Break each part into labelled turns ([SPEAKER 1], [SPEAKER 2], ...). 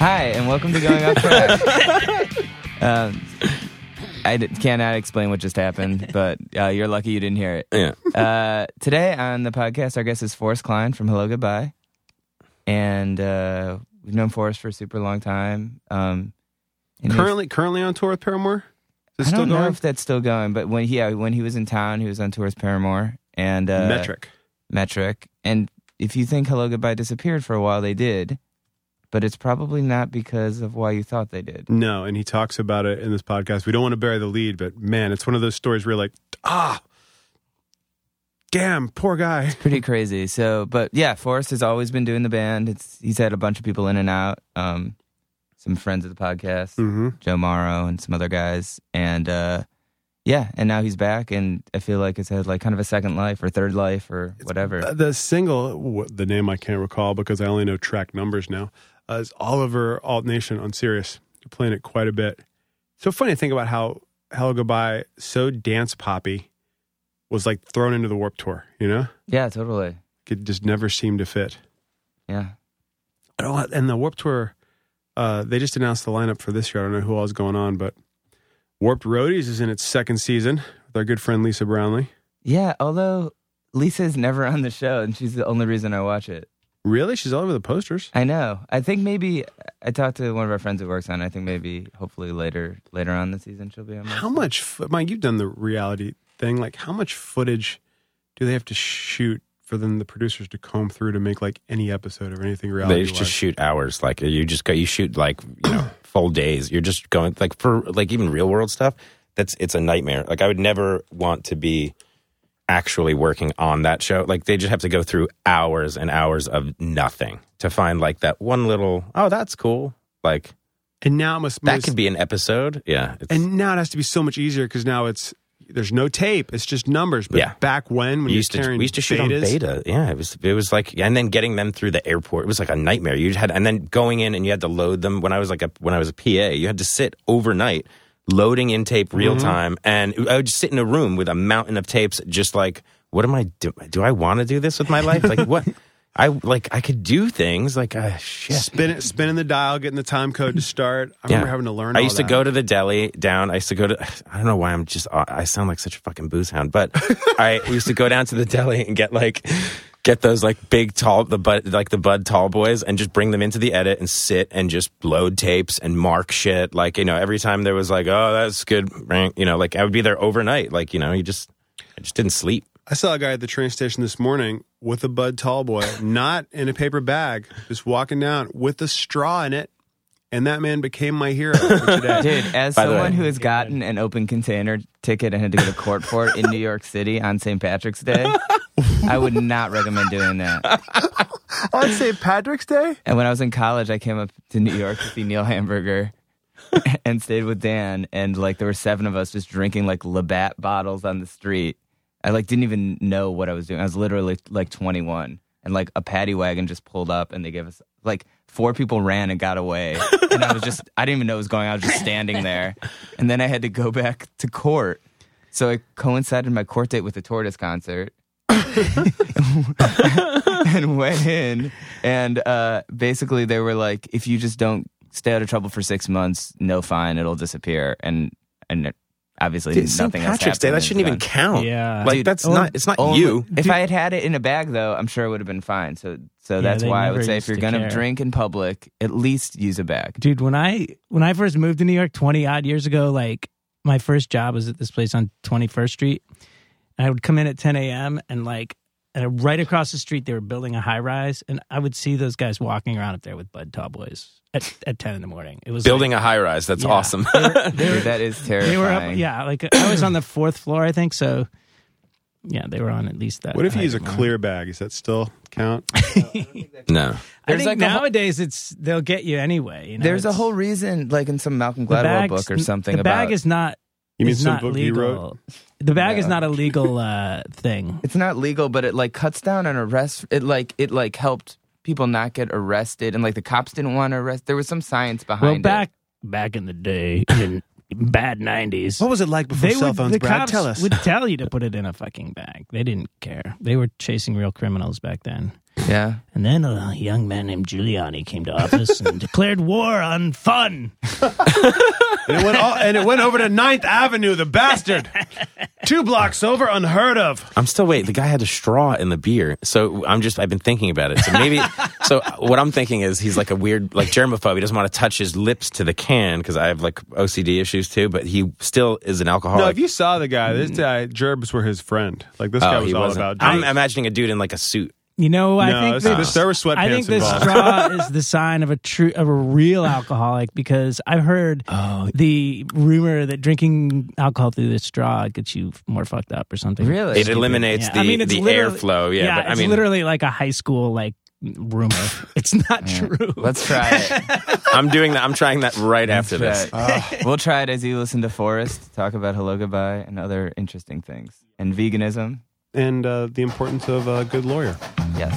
[SPEAKER 1] Welcome to Going Off Track. um, I d- cannot explain what just happened, but uh, you're lucky you didn't hear it.
[SPEAKER 2] Yeah.
[SPEAKER 1] Uh, today on the podcast, our guest is Forrest Klein from Hello Goodbye, and uh, we've known Forrest for a super long time. Um, and he's-
[SPEAKER 2] Currently, currently on tour with Paramore.
[SPEAKER 1] I
[SPEAKER 2] Is it still
[SPEAKER 1] don't know
[SPEAKER 2] going?
[SPEAKER 1] if that's still going, but when he yeah, when he was in town, he was on tour with Paramore and uh,
[SPEAKER 2] Metric.
[SPEAKER 1] Metric. And if you think Hello Goodbye disappeared for a while, they did, but it's probably not because of why you thought they did.
[SPEAKER 2] No, and he talks about it in this podcast. We don't want to bury the lead, but man, it's one of those stories where you're like, ah, damn, poor guy.
[SPEAKER 1] Pretty crazy. So, but yeah, Forrest has always been doing the band. It's he's had a bunch of people in and out. Um, some friends of the podcast,
[SPEAKER 2] Mm-hmm.
[SPEAKER 1] Joe Morrow, and some other guys, and uh, yeah, and now he's back, and I feel like it's had like kind of a second life or third life or whatever.
[SPEAKER 2] Uh, the single, wh- the name I can't recall because I only know track numbers now, uh, is Oliver Alt Nation on Sirius. They're playing it quite a bit. So funny to think about how Hello Goodbye, so dance poppy, was like thrown into the Warp Tour, you know?
[SPEAKER 1] yeah, totally.
[SPEAKER 2] It just never seemed to fit.
[SPEAKER 1] Yeah.
[SPEAKER 2] I don't, and the Warped Tour, uh, they just announced the lineup for this year. I don't know who all is going on, but Warped Roadies is in its second season with our good friend Lisa Brownlee.
[SPEAKER 1] Yeah, although Lisa's never on the show, and she's the only reason I watch it.
[SPEAKER 2] Really? She's all over the posters.
[SPEAKER 1] I know. I think maybe I talked to one of our friends who works on. it. I think maybe hopefully later later on the season she'll be on.
[SPEAKER 2] How much, fo- Mike, you've done the reality thing. Like, how much footage do they have to shoot for them, the producers, to comb through to make like any episode or anything reality?
[SPEAKER 3] They just shoot hours. Like you just go, you shoot like you know full days. You're just going like for like even real world stuff. That's it's a nightmare. Like I would never want to be actually working on that show. Like they just have to go through hours and hours of nothing to find like that one little oh that's cool. Like
[SPEAKER 2] and now it must,
[SPEAKER 3] that could be an episode. Yeah, it's,
[SPEAKER 2] and now it has to be so much easier because now it's, there's no tape. It's just numbers. But
[SPEAKER 3] Yeah.
[SPEAKER 2] back when, when
[SPEAKER 3] we
[SPEAKER 2] you're
[SPEAKER 3] used to
[SPEAKER 2] carrying
[SPEAKER 3] we used to shoot on
[SPEAKER 2] betas-
[SPEAKER 3] beta. Yeah, it was it was like and then getting them through the airport. It was like a nightmare. You had and then going in and you had to load them. When I was like a when I was a PA, you had to sit overnight loading in tape real time, and I would just sit in a room with a mountain of tapes, just like what am I do? Do I want to do this with my life? Like what? I like I could do things like ah, shit.
[SPEAKER 2] spinning spinning the dial, getting the time code to start. I remember having to learn.
[SPEAKER 3] I
[SPEAKER 2] all
[SPEAKER 3] used
[SPEAKER 2] that.
[SPEAKER 3] to go to the deli down. I used to go to. I don't know why I'm just. uh, I sound like such a fucking booze hound, but I used to go down to the deli and get like get those like big tall the bud like the bud tall boys and just bring them into the edit and sit and just load tapes and mark shit like you know every time there was like oh that's good you know like I would be there overnight like you know you just I just didn't sleep
[SPEAKER 2] I saw a guy at the train station this morning with a Bud Tallboy, not in a paper bag, just walking down with a straw in it, and that man became my hero for today.
[SPEAKER 1] Dude, as
[SPEAKER 3] By the
[SPEAKER 1] someone
[SPEAKER 3] way-
[SPEAKER 1] who has gotten an open container ticket and had to go to court for it in New York City on St. Patrick's Day, I would not recommend doing that.
[SPEAKER 2] On St. Patrick's Day,
[SPEAKER 1] And when I was in college, I came up to New York to see Neil Hamburger and stayed with Dan. And like there were seven of us just drinking like Labatt bottles on the street. I like didn't even know what I was doing. I was literally like 21, and like a paddy wagon just pulled up, and they gave us like four people ran and got away, and I was just I didn't even know what was going on. I was just standing there, and then I had to go back to court. So it coincided my court date with the Tortoise concert. and went in and uh, basically they were like if you just don't stay out of trouble for six months no fine it'll disappear and and it- obviously
[SPEAKER 3] St.
[SPEAKER 1] nothing else
[SPEAKER 3] Patrick's Day
[SPEAKER 1] happened
[SPEAKER 3] that
[SPEAKER 1] and
[SPEAKER 3] shouldn't even
[SPEAKER 1] done.
[SPEAKER 3] count
[SPEAKER 4] Yeah.
[SPEAKER 3] like
[SPEAKER 1] Dude,
[SPEAKER 3] that's
[SPEAKER 4] only-
[SPEAKER 3] not it's not
[SPEAKER 1] Only-
[SPEAKER 3] you
[SPEAKER 1] if i had had it in a bag though i'm sure it would have been fine so so that's
[SPEAKER 4] they
[SPEAKER 1] why i
[SPEAKER 4] never
[SPEAKER 1] would say if
[SPEAKER 4] used
[SPEAKER 1] you're
[SPEAKER 4] to
[SPEAKER 1] gonna
[SPEAKER 4] care.
[SPEAKER 1] drink in public at least use a bag
[SPEAKER 4] dude when i when i first moved to new york 20 odd years ago like my first job was at this place on 21st street and i would come in at 10 a.m and like and right across the street they were building a high rise and i would see those guys walking around up there with bud tallboys at, at 10 in the morning it was like-
[SPEAKER 3] building a high rise that's
[SPEAKER 4] Yeah.
[SPEAKER 3] awesome
[SPEAKER 1] Dude, that is terrifying
[SPEAKER 4] they were up yeah like i was on the fourth floor i think so yeah they were on at least that
[SPEAKER 2] what if you
[SPEAKER 4] height
[SPEAKER 2] use a
[SPEAKER 4] mark.
[SPEAKER 2] clear bag? Is that still count?
[SPEAKER 3] no
[SPEAKER 4] i
[SPEAKER 1] There's
[SPEAKER 4] think
[SPEAKER 1] like a whole-
[SPEAKER 4] nowadays it's they'll get you anyway you know
[SPEAKER 1] there's a
[SPEAKER 4] it's-
[SPEAKER 1] whole reason like in some malcolm
[SPEAKER 4] the
[SPEAKER 1] gladwell
[SPEAKER 4] bag's-
[SPEAKER 1] book or something
[SPEAKER 4] the
[SPEAKER 1] about
[SPEAKER 4] bag is not
[SPEAKER 2] You mean
[SPEAKER 4] is
[SPEAKER 2] some
[SPEAKER 4] not
[SPEAKER 2] book you
[SPEAKER 4] legal.
[SPEAKER 2] wrote?
[SPEAKER 4] The bag is
[SPEAKER 1] No.
[SPEAKER 4] not a legal uh, thing.
[SPEAKER 1] it's not legal, but it like cuts down on arrest. It like it like helped people not get arrested, and like the cops didn't want to arrest. There was some science behind
[SPEAKER 4] Well, back back in the day, in bad nineties,
[SPEAKER 2] What was it like before
[SPEAKER 4] Oh, they
[SPEAKER 2] cell
[SPEAKER 4] would
[SPEAKER 2] phones,
[SPEAKER 4] the
[SPEAKER 2] Brad?
[SPEAKER 4] cops
[SPEAKER 2] Tell us.
[SPEAKER 4] would tell you to put it in a fucking bag. They didn't care. They were chasing real criminals back then.
[SPEAKER 5] Yeah.
[SPEAKER 4] And then a young man named Giuliani came to office and declared war on fun.
[SPEAKER 2] And it went all, and it went over to Ninth Avenue, the bastard. Two blocks over, unheard of.
[SPEAKER 3] I'm still wait. The guy had a straw in the beer, so I'm just. I've been thinking about it. So maybe. so what I'm thinking is he's like a weird, like germaphobe. He doesn't want to touch his lips to the can because I have like OCD issues too. But he still is an alcoholic.
[SPEAKER 2] No, if you saw the guy, this guy Gerbs were his friend. Like this guy
[SPEAKER 3] oh,
[SPEAKER 2] was
[SPEAKER 3] he
[SPEAKER 2] all
[SPEAKER 3] wasn't.
[SPEAKER 2] about.
[SPEAKER 3] I'm
[SPEAKER 2] drugs.
[SPEAKER 3] imagining a dude in like a suit.
[SPEAKER 4] You know, I
[SPEAKER 2] No,
[SPEAKER 4] think
[SPEAKER 2] it's-
[SPEAKER 4] that-
[SPEAKER 2] this- there were sweatpants
[SPEAKER 4] I think the
[SPEAKER 2] involved.
[SPEAKER 4] straw is the sign of a true of a real alcoholic because I've heard the rumor that drinking alcohol through the straw gets you more fucked up or something.
[SPEAKER 5] Really?
[SPEAKER 3] It eliminates
[SPEAKER 4] Yeah.
[SPEAKER 3] the,
[SPEAKER 4] I mean, it's
[SPEAKER 3] the
[SPEAKER 4] literally-
[SPEAKER 3] airflow. Yeah, but I
[SPEAKER 4] it's
[SPEAKER 3] mean,
[SPEAKER 4] literally like a high school like rumor. it's not true.
[SPEAKER 5] Let's try it.
[SPEAKER 3] I'm doing that. I'm trying that right after
[SPEAKER 5] Let's
[SPEAKER 3] this.
[SPEAKER 5] try
[SPEAKER 4] Ah.
[SPEAKER 5] it. We'll try it as you listen to Forrest talk about hello goodbye and other interesting things and veganism.
[SPEAKER 2] and uh, the importance of a good lawyer.
[SPEAKER 5] Yes.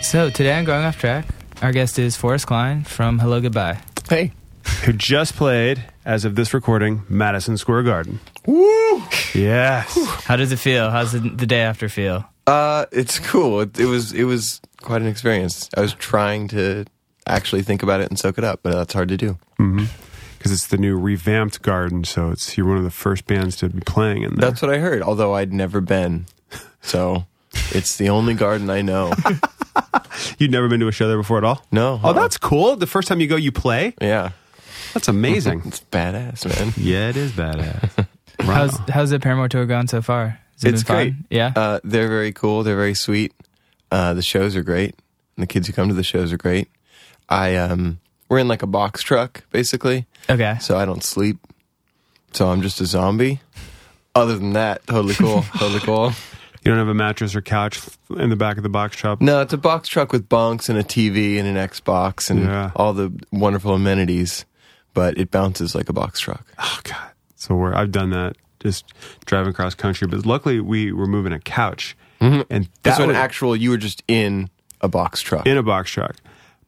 [SPEAKER 5] So today I'm going off track. Our guest is Forrest Klein from Hello Goodbye.
[SPEAKER 2] Hey, who just played as of this recording Madison Square Garden? Woo! Yes.
[SPEAKER 5] How does it feel? How's the, the day after feel?
[SPEAKER 6] Uh, it's cool. It, it was it was quite an experience. I was trying to actually think about it and soak it up, but that's hard to do.
[SPEAKER 2] Because it's the new revamped garden, so it's you're one of the first bands to be playing in there.
[SPEAKER 6] That's what I heard. Although I'd never been, so it's the only garden I know.
[SPEAKER 2] You'd never been to a show there before at all.
[SPEAKER 6] No.
[SPEAKER 2] Oh, that's cool. The first time you go, you play.
[SPEAKER 6] yeah,
[SPEAKER 2] That's amazing.
[SPEAKER 6] it's badass, man.
[SPEAKER 2] yeah, it is badass. Wow.
[SPEAKER 1] How's how's the Paramore tour gone so far? Has it
[SPEAKER 6] It's
[SPEAKER 1] been
[SPEAKER 6] great.
[SPEAKER 1] Fun? Yeah.
[SPEAKER 6] Uh, they're very cool. They're very sweet. Uh, the shows are great. And the kids who come to the shows are great. I um, we're in like a box truck basically,
[SPEAKER 1] okay.
[SPEAKER 6] so I don't sleep. So I'm just a zombie. Other than that, totally cool. totally cool.
[SPEAKER 2] you don't have a mattress or couch in the back of the box shop.
[SPEAKER 6] No, it's a box truck with bunks and a TV and an Xbox and
[SPEAKER 2] Yeah.
[SPEAKER 6] all the wonderful amenities, but it bounces like a box truck.
[SPEAKER 2] Oh God. So we're I've done that just driving across country, but luckily we were moving a couch, and
[SPEAKER 6] Mm-hmm. That's
[SPEAKER 2] that
[SPEAKER 6] an
[SPEAKER 2] was
[SPEAKER 6] actual you were just in a box truck.
[SPEAKER 2] in a box truck.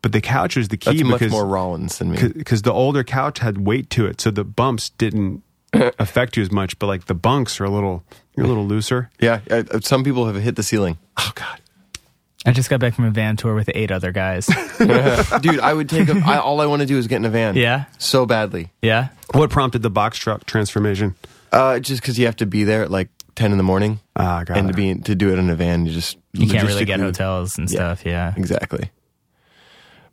[SPEAKER 2] But the couch was the key
[SPEAKER 6] That's much
[SPEAKER 2] because
[SPEAKER 6] more Rollins than me.
[SPEAKER 2] because the older couch had weight to it, so the bumps didn't affect you as much. But like the bunks are a little you're a little looser.
[SPEAKER 6] Yeah, I, I- some people have hit the ceiling.
[SPEAKER 2] Oh God.
[SPEAKER 1] I just got back from a van tour with eight other guys.
[SPEAKER 6] Dude, I would take a, I, all I want to do is get in a van.
[SPEAKER 1] Yeah?
[SPEAKER 6] So badly.
[SPEAKER 1] yeah.
[SPEAKER 2] What prompted the box truck transformation?
[SPEAKER 6] Uh, just because you have to be there at like 10 in the morning
[SPEAKER 2] Ah, got
[SPEAKER 6] and
[SPEAKER 2] it.
[SPEAKER 6] to be in, to do it in a van, you just
[SPEAKER 1] You can't really get
[SPEAKER 6] logistically-
[SPEAKER 1] hotels and stuff. Yeah.
[SPEAKER 6] Exactly.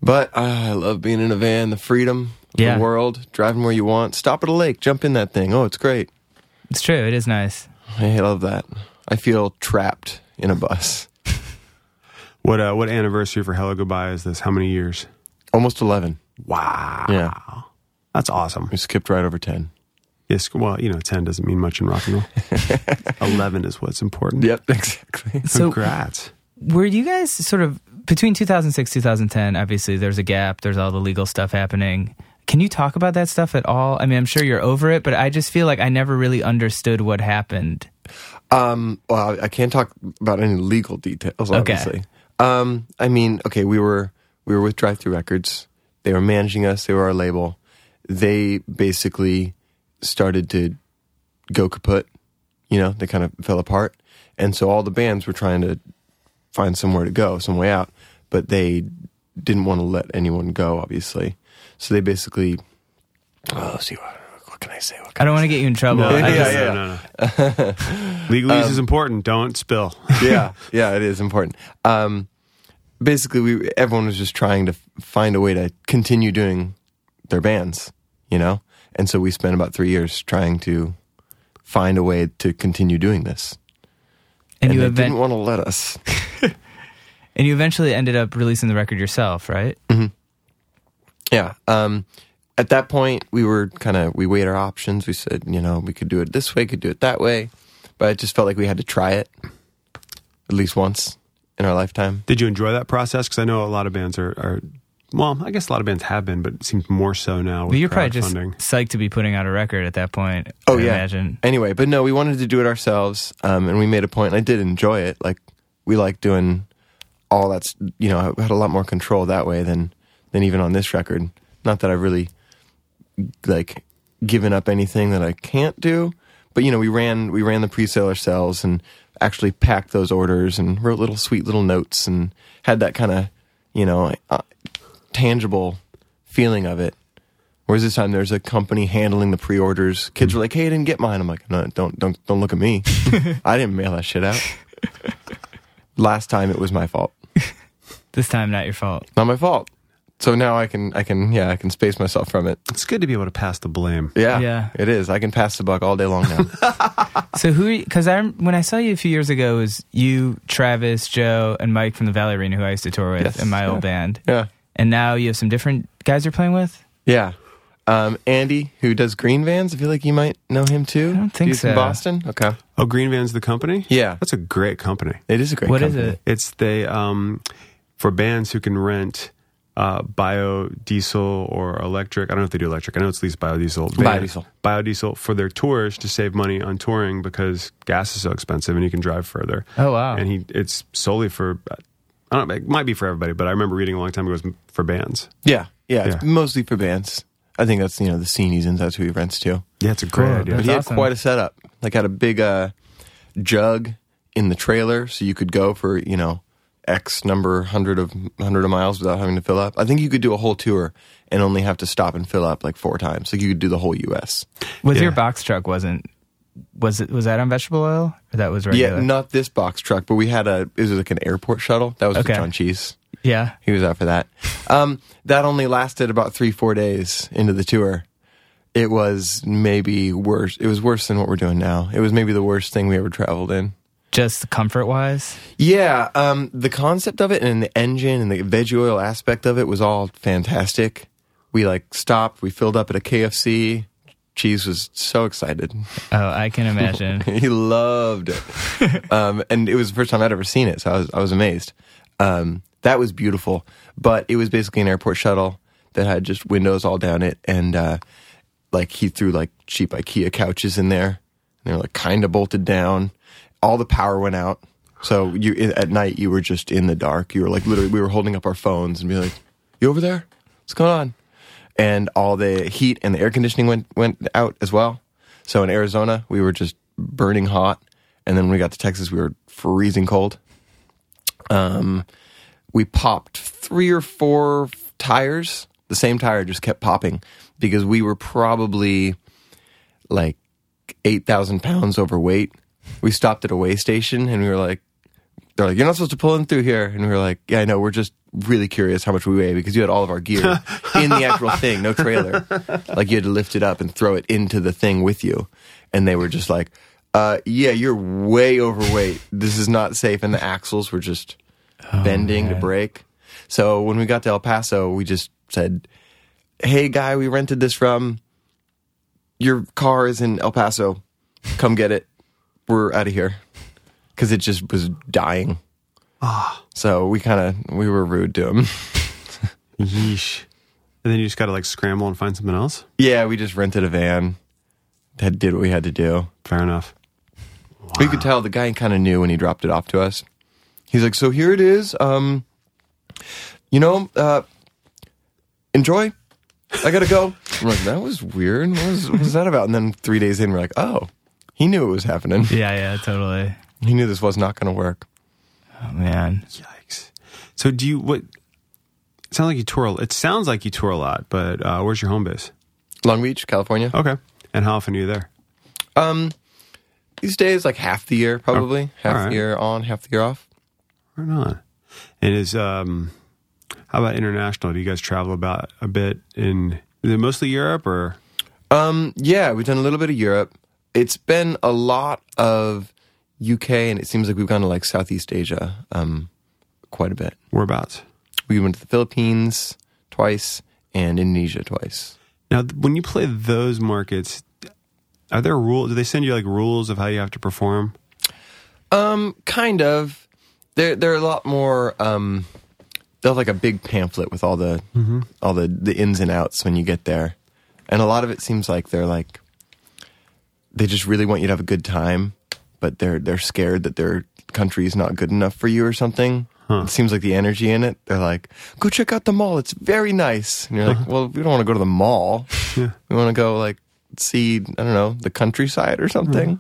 [SPEAKER 6] But uh, I love being in a van, the freedom, of
[SPEAKER 1] Yeah.
[SPEAKER 6] the world, driving where you want. Stop at a lake, jump in that thing. Oh, it's great.
[SPEAKER 1] It's true. It is nice.
[SPEAKER 6] I love that. I feel trapped in a bus.
[SPEAKER 2] What uh, what anniversary for Hello Goodbye is this? How many years?
[SPEAKER 6] Almost 11.
[SPEAKER 2] Wow.
[SPEAKER 6] Yeah.
[SPEAKER 2] That's awesome.
[SPEAKER 6] We skipped right over 10.
[SPEAKER 2] Yes. Well, you know, ten doesn't mean much in rock and roll. Eleven is what's important.
[SPEAKER 6] Yep, exactly.
[SPEAKER 1] So
[SPEAKER 2] Congrats.
[SPEAKER 1] were you guys sort of between 2006 2010? Obviously, there's a gap. There's all the legal stuff happening. Can you talk about that stuff at all? I mean, I'm sure you're over it, but I just feel like I never really understood what happened.
[SPEAKER 6] Um, well, I can't talk about any legal details, obviously. Um, I mean, okay, we were we were with Drive Through Records. They were managing us. They were our label. They basically started to go kaput. You know, they kind of fell apart, and so all the bands were trying to find somewhere to go, some way out, but they didn't want to let anyone go, obviously. So they basically, oh, see, what, what can I say? What can
[SPEAKER 1] I don't want to get you in trouble.
[SPEAKER 2] No,
[SPEAKER 1] I
[SPEAKER 2] no,
[SPEAKER 1] just-
[SPEAKER 2] no, no, no, no. Legalese
[SPEAKER 1] Um,
[SPEAKER 2] is important. Don't spill.
[SPEAKER 6] yeah, yeah, it is important. Um, basically, we everyone was just trying to f- find a way to continue doing their bands, you know. And so we spent about three years trying to find a way to continue doing this,
[SPEAKER 1] and, you
[SPEAKER 6] they
[SPEAKER 1] event-
[SPEAKER 6] didn't want to let us.
[SPEAKER 1] and you eventually ended up releasing the record yourself, right?
[SPEAKER 6] Yeah. Um, at that point, we were kind of we weighed our options. We said, you know, we could do it this way, could do it that way, but it just felt like we had to try it at least once in our lifetime.
[SPEAKER 2] Did you enjoy that process? Because I know a lot of bands are, are, well, I guess a lot of bands have been, but it seems more so now. With
[SPEAKER 1] But you're probably just
[SPEAKER 2] crowdfunding.
[SPEAKER 1] psyched to be putting out a record at that point.
[SPEAKER 6] Oh
[SPEAKER 1] I
[SPEAKER 6] yeah.
[SPEAKER 1] imagine.
[SPEAKER 6] Anyway, but no, we wanted to do it ourselves, um, and we made a point. And I did enjoy it. Like we like doing all that's you know I had a lot more control that way than than even on this record. Not that I really like given up anything that I can't do. But you know, we ran we ran the pre-sale ourselves and actually packed those orders and wrote little sweet little notes and had that kind of you know uh, tangible feeling of it. Whereas this time there's a company handling the pre-orders. Kids
[SPEAKER 1] Hmm.
[SPEAKER 6] were like, "Hey, I didn't get mine." I'm like, "No, don't don't don't look at me. I didn't mail that shit out." Last time it was my fault.
[SPEAKER 1] This time, not your fault.
[SPEAKER 6] Not my fault. So now I can I can yeah, I can space myself from it.
[SPEAKER 2] It's good to be able to pass the blame.
[SPEAKER 6] Yeah.
[SPEAKER 1] Yeah.
[SPEAKER 6] It is. I can pass the buck all day long now.
[SPEAKER 1] So who? Because I rem- when I saw you a few years ago, it was you, Travis, Joe, and Mike from the Valley Arena, who I used to tour with
[SPEAKER 6] Yes.
[SPEAKER 1] in my
[SPEAKER 6] Yeah.
[SPEAKER 1] old band,
[SPEAKER 6] yeah.
[SPEAKER 1] and now you have some different guys you're playing with.
[SPEAKER 6] Yeah. Um, Andy, who does green vans, I feel like you might know him too.
[SPEAKER 1] I don't think
[SPEAKER 6] He's
[SPEAKER 1] so.
[SPEAKER 6] in Boston. Okay.
[SPEAKER 2] Oh, Green Van's the company?
[SPEAKER 6] Yeah.
[SPEAKER 2] That's a great company.
[SPEAKER 6] It is a great
[SPEAKER 1] What is
[SPEAKER 6] company.
[SPEAKER 1] it?
[SPEAKER 2] It's they um, for bands who can rent uh, biodiesel or electric. I don't know if they do electric. I know it's at least biodiesel.
[SPEAKER 6] Biodiesel.
[SPEAKER 2] Biodiesel for their tours to save money on touring because gas is so expensive and you can drive further.
[SPEAKER 1] Oh, wow.
[SPEAKER 2] And he it's solely for. I don't. know, It might be for everybody, but I remember reading a long time ago it was for bands.
[SPEAKER 6] Yeah. Yeah. It's
[SPEAKER 2] Yeah.
[SPEAKER 6] mostly for bands. I think that's you know the scene he's in. That's who he rents to.
[SPEAKER 2] Yeah, it's a great
[SPEAKER 1] Cool.
[SPEAKER 2] idea.
[SPEAKER 6] But
[SPEAKER 1] That's
[SPEAKER 6] he had
[SPEAKER 1] awesome.
[SPEAKER 6] quite a setup. Like had a big uh, jug in the trailer, so you could go for you know x number hundred of hundred of miles without having to fill up. I think you could do a whole tour and only have to stop and fill up like four times. Like you could do the whole U.S.
[SPEAKER 1] Was your
[SPEAKER 2] Yeah.
[SPEAKER 1] box truck wasn't? Was it? Was that on vegetable oil? Or that was regular?
[SPEAKER 6] Yeah, not this box truck, but we had a it was like an airport shuttle that was
[SPEAKER 1] Okay.
[SPEAKER 6] with John Cheese.
[SPEAKER 1] Yeah.
[SPEAKER 6] He was out for that. Um, that only lasted about three four days into the tour. It was maybe worse. It was worse than what we're doing now. It was maybe the worst thing we ever traveled in.
[SPEAKER 1] Just comfort wise.
[SPEAKER 6] Yeah, um, the concept of it and the engine and the veggie oil aspect of it was all fantastic. We like stopped, we filled up at a KFC. Cheese was so excited.
[SPEAKER 1] Oh, I can imagine.
[SPEAKER 6] he loved it. um, and it was the first time I'd ever seen it, so I was, I was amazed. Um, that was beautiful, but it was basically an airport shuttle that had just windows all down it, and uh, like he threw like cheap IKEA couches in there, and they were like kind of bolted down. All the power went out, so you i- at night you were just in the dark. You were like literally we were holding up our phones and be like, "You over there? What's going on?" And all the heat and the air conditioning went went out as well. So in Arizona, we were just burning hot, and then when we got to Texas, we were freezing cold. Um, we popped three or four f- tires. The same tire just kept popping because we were probably like eight thousand pounds overweight. We stopped at a weigh station and we were like, "They're like, you're not supposed to pull in through here," and we were like, "Yeah, I know. We're just really curious how much we weigh because you had all of our gear in the actual thing, no trailer. Like you had to lift it up and throw it into the thing with you." And they were just like, uh, "Yeah, you're way overweight. This is not safe." And the axles were just bending to break. So when we got to El Paso, we just said, "Hey, guy, we rented this from. Your car is in El Paso. Come get it. We're out of here." Because it just was dying. So we kind of we were rude to him.
[SPEAKER 2] Yeesh. And then you just got to like scramble and find something else.
[SPEAKER 6] yeah, we just rented a van. That did what we had to do.
[SPEAKER 2] Fair enough.
[SPEAKER 6] We could tell the guy kind of knew when he dropped it off to us. He's like, "So here it is. Um, you know, uh, enjoy. I gotta go." I'm like, "That was weird. What was, what was that about?" And then three days in, we're like, "Oh, he knew it was happening.
[SPEAKER 1] yeah. Yeah. Totally.
[SPEAKER 6] He knew this was not gonna work."
[SPEAKER 1] Oh man.
[SPEAKER 2] Yikes. So do you what? It sounds like you tour. a- It sounds like you tour a lot, but uh, where's your home base?
[SPEAKER 6] Long Beach, California.
[SPEAKER 2] Okay. And how often are you there?
[SPEAKER 6] Um, these days, like half the year, probably half
[SPEAKER 2] alright.
[SPEAKER 6] the year on, half the year off.
[SPEAKER 2] Right on. And is um, how about international? Do you guys travel about a bit in? Is it mostly Europe or?
[SPEAKER 6] Um, yeah, we've done a little bit of Europe. It's been a lot of UK, and it seems like we've gone to like Southeast Asia um, quite a bit.
[SPEAKER 2] Whereabouts?
[SPEAKER 6] We went to the Philippines twice and Indonesia twice.
[SPEAKER 2] Now, th- when you play those markets, are there rules? Do they send you like rules of how you have to perform?
[SPEAKER 6] Um, kind of. They're they're a lot more. Um, they'll have like a big pamphlet with all the
[SPEAKER 2] Mm-hmm.
[SPEAKER 6] all the the ins and outs when you get there, and a lot of it seems like they're like they just really want you to have a good time, but they're they're scared that their country's not good enough for you or something. It seems like the energy in it. They're like, go check out the mall. It's very nice. And you're like, well, we don't want to go to the mall.
[SPEAKER 2] Uh-huh. Yeah.
[SPEAKER 6] We want to go like see, I don't know, the countryside or something.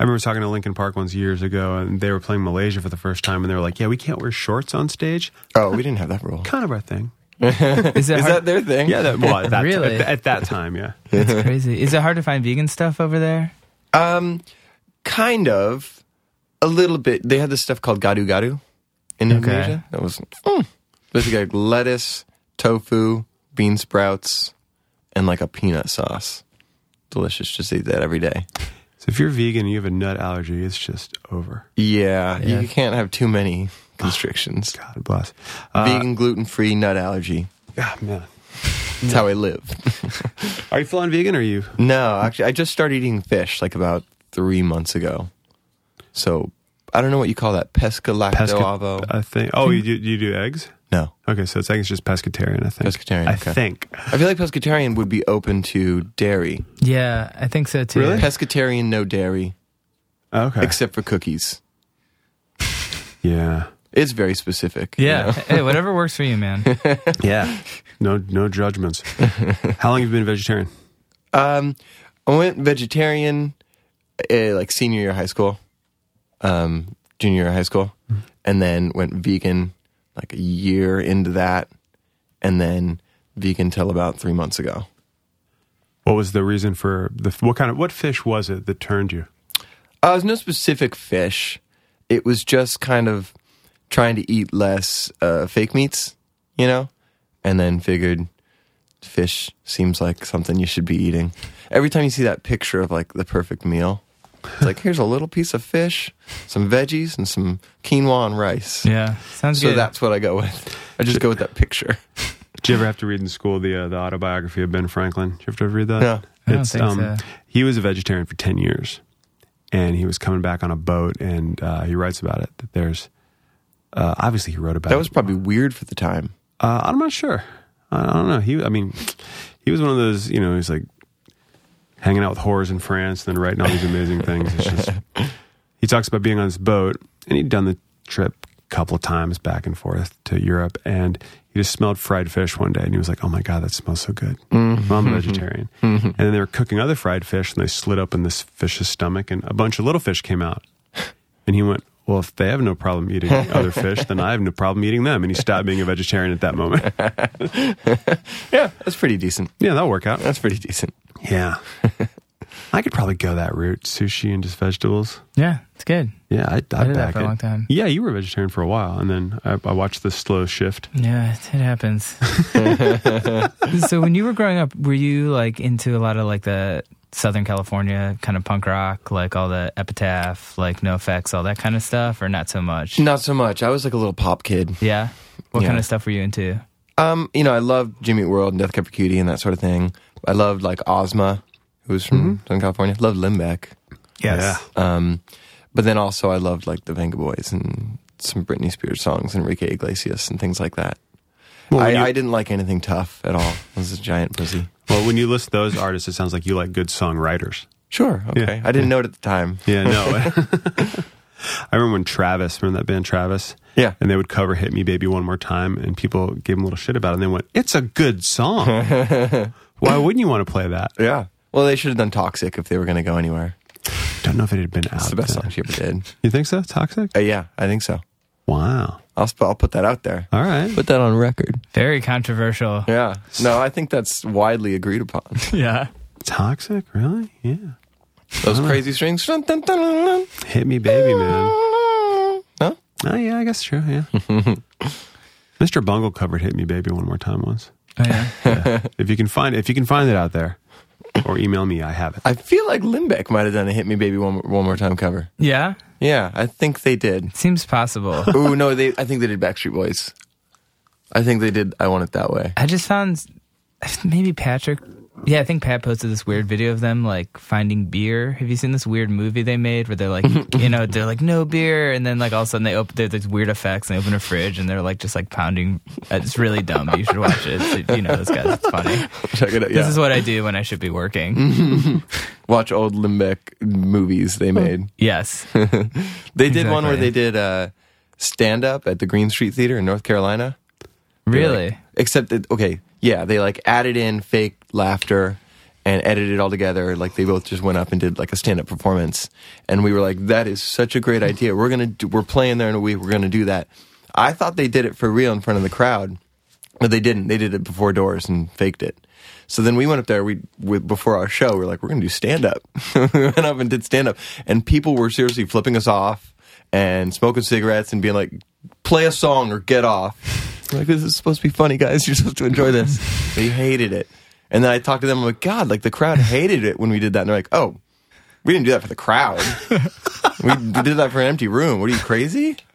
[SPEAKER 2] I remember talking to Lincoln Park ones years ago, and they were playing Malaysia for the first time, and they were like, "Yeah, we can't wear shorts on stage.
[SPEAKER 6] Oh, we didn't have that rule.
[SPEAKER 2] Kind of our thing."
[SPEAKER 1] Is it
[SPEAKER 6] Is
[SPEAKER 1] hard?
[SPEAKER 6] that their thing?
[SPEAKER 2] Yeah, that, well, at that
[SPEAKER 1] Really?
[SPEAKER 2] at, at that time, yeah.
[SPEAKER 1] that's crazy. Is it hard to find vegan stuff over there?
[SPEAKER 6] Um, kind of, a little bit. They had this stuff called gadu gadu in Indonesia. That was mm. basically like lettuce, tofu, bean sprouts, and like a peanut sauce. Delicious. Just eat that every day.
[SPEAKER 2] So if you're vegan, and you have a nut allergy. It's just over.
[SPEAKER 6] Yeah,
[SPEAKER 1] Yeah.
[SPEAKER 6] you can't have too many constrictions.
[SPEAKER 2] God bless. Uh,
[SPEAKER 6] Vegan, gluten free, nut allergy.
[SPEAKER 2] ah, man.
[SPEAKER 6] That's how I live.
[SPEAKER 2] Are you full on vegan? Or are you?
[SPEAKER 6] No, actually, I just started eating fish like about three months ago. So I don't know what you call that. Pesca lacto ovo.
[SPEAKER 2] I think. Oh, you do, you do eggs?
[SPEAKER 6] no,
[SPEAKER 2] Okay, so it's, I think it's just pescatarian. I think
[SPEAKER 6] Pescatarian,
[SPEAKER 2] I
[SPEAKER 6] okay.
[SPEAKER 2] think.
[SPEAKER 6] I feel like pescatarian would be open to dairy.
[SPEAKER 1] Yeah, I think so too.
[SPEAKER 2] Really?
[SPEAKER 6] Pescatarian, no dairy,
[SPEAKER 2] Okay.
[SPEAKER 6] except for cookies.
[SPEAKER 2] yeah.
[SPEAKER 6] It's very specific. you
[SPEAKER 1] Yeah.
[SPEAKER 6] know?
[SPEAKER 1] hey, whatever works for you, man.
[SPEAKER 2] Yeah. no, no judgments. How long have you been vegetarian?
[SPEAKER 6] Um, I went vegetarian uh, like senior year of high school, um, junior year of high school, and then went vegan like a year into that, and then vegan till about three months ago.
[SPEAKER 2] What was the reason for the? What kind of what fish was it that turned you?
[SPEAKER 6] Uh, it was no specific fish. It was just kind of trying to eat less uh, fake meats, you know, and then figured fish seems like something you should be eating. Every time you see that picture of like the perfect meal, it's like here's a little piece of fish, some veggies, and some quinoa and rice.
[SPEAKER 1] Yeah, sounds
[SPEAKER 6] So
[SPEAKER 1] good.
[SPEAKER 6] that's what I go with. I just go with that picture.
[SPEAKER 2] Did you ever have to read in school the uh, the autobiography of Ben Franklin? Did you ever read
[SPEAKER 1] Uh,
[SPEAKER 2] that?
[SPEAKER 6] No.
[SPEAKER 1] I don't think
[SPEAKER 2] um,
[SPEAKER 1] so.
[SPEAKER 2] He was a vegetarian for ten years, and he was coming back on a boat, and uh, he writes about it. That there's uh, obviously he wrote about
[SPEAKER 6] That
[SPEAKER 2] it.
[SPEAKER 6] was probably weird for the time.
[SPEAKER 2] Uh, I'm not sure. I I don't know. He, I mean, he was one of those. You know, he's like hanging out with whores in France, and then writing all these amazing things. It's just he talks about being on this boat, and he'd done the trip a couple of times back and forth to Europe, and he just smelled fried fish one day, and he was like, "Oh my god, that smells so good." Well, I'm a vegetarian, and then they were cooking other fried fish, and they slid open this fish's stomach, and a bunch of little fish came out, and he went. Well, if they have no problem eating other fish, then I have no problem eating them. And he stopped being a vegetarian at that moment.
[SPEAKER 6] Yeah, that's pretty decent.
[SPEAKER 2] Yeah, that'll work out.
[SPEAKER 6] That's pretty decent.
[SPEAKER 2] Yeah. I could probably go that route sushi and just vegetables.
[SPEAKER 1] yeah, it's good.
[SPEAKER 2] Yeah, I, I'd
[SPEAKER 1] I did that
[SPEAKER 2] back
[SPEAKER 1] for
[SPEAKER 2] it.
[SPEAKER 1] a long time.
[SPEAKER 2] Yeah, you were a vegetarian for a while, and then I, I watched the slow shift.
[SPEAKER 1] Yeah, it it happens. so when you were growing up, were you like into a lot of like the Southern California kind of punk rock, like all the Epitaph, like No Effects, all that kind of stuff, or not so much?
[SPEAKER 6] Not so much. I was like a little pop kid.
[SPEAKER 1] Yeah. What
[SPEAKER 6] Yeah.
[SPEAKER 1] kind of stuff were you into?
[SPEAKER 6] Um, you know, I loved Jimmy Eat World and Death Cab for Cutie and that sort of thing. I loved like Ozma, who was from Southern California. Loved Limbeck. Um, but then also I loved like the Venga Boys and some Britney Spears songs, Enrique Iglesias and things like that.
[SPEAKER 2] Well,
[SPEAKER 6] I,
[SPEAKER 2] when, you,
[SPEAKER 6] I didn't like anything tough at all. I was a giant pussy.
[SPEAKER 2] well, when you list those artists, it sounds like you like good songwriters.
[SPEAKER 6] Sure. Okay.
[SPEAKER 2] Yeah.
[SPEAKER 6] I didn't know it at the time.
[SPEAKER 2] Yeah, no. I remember when Travis, remember that band Travis?
[SPEAKER 6] Yeah.
[SPEAKER 2] And they would cover Hit Me Baby one more time, and people gave them a little shit about it, and they went, It's a good song. Why wouldn't you want to play that?
[SPEAKER 6] Yeah. Well, they should have done Toxic if they were going to go anywhere.
[SPEAKER 2] Don't know if it had been out.
[SPEAKER 6] It's the best
[SPEAKER 2] then.
[SPEAKER 6] song she ever did.
[SPEAKER 2] You think so? Toxic?
[SPEAKER 6] Uh, yeah, I think so.
[SPEAKER 2] Wow.
[SPEAKER 6] I'll, sp- I'll put that out there.
[SPEAKER 2] All right.
[SPEAKER 6] Put that on record.
[SPEAKER 1] Very controversial.
[SPEAKER 6] Yeah. No, I think that's widely agreed upon.
[SPEAKER 1] Yeah.
[SPEAKER 2] Toxic? Really? Yeah.
[SPEAKER 6] Those crazy strings. Dun, dun, dun, dun, dun.
[SPEAKER 2] Hit me, baby, man.
[SPEAKER 6] Huh?
[SPEAKER 2] Oh yeah, I guess true. Yeah. Mr. Bungle covered "Hit Me, Baby" one more time once.
[SPEAKER 1] Oh, yeah.
[SPEAKER 2] If you can find, if you can find it out there, or email me, I have it.
[SPEAKER 6] I feel like Limbeck might have done a "Hit Me, Baby, One, More- one More Time" cover.
[SPEAKER 1] yeah.
[SPEAKER 6] Yeah, I think they did.
[SPEAKER 1] Seems possible.
[SPEAKER 6] Ooh, no, they. I think they did Backstreet Boys. I think they did. I want it that way.
[SPEAKER 1] I just found maybe Patrick. Yeah, I think Pat posted this weird video of them like finding beer. Have you seen this weird movie they made where they're like, you know, they're like no beer, and then like all of a sudden they open there's these weird effects and they open a fridge and they're like just like pounding. uh, It's really dumb. But you should watch it. It's- you know, this guy's it's funny.
[SPEAKER 6] Check it out.
[SPEAKER 1] This
[SPEAKER 6] yeah. Mm.
[SPEAKER 1] is what I do when I should be working.
[SPEAKER 6] Watch old Limbeck movies they made.
[SPEAKER 1] Yes.
[SPEAKER 6] They did one where
[SPEAKER 1] Exactly.
[SPEAKER 6] they did uh, stand up at the Green Street Theater in North Carolina.
[SPEAKER 1] Really?
[SPEAKER 6] Except that okay, yeah, they like added in fake laughter and edited it all together. Like they both just went up and did like a stand up performance, and we were like, "That is such a great idea. We're gonna do, we're playing there in a week. We're gonna do that." I thought they did it for real in front of the crowd, but they didn't. They did it before doors and faked it. So then we went up there. We, we before our show, we were like, "We're gonna do stand up." we went up and did stand up, and people were seriously flipping us off and smoking cigarettes and being like, "Play a song or get off." We're like this is supposed to be funny, guys. You're supposed to enjoy this. They hated it. And then I talked to them. I'm like, God, like the crowd hated it when we did that. And they're like, Oh, we didn't do that for the crowd. we did that for an empty room. What are you crazy?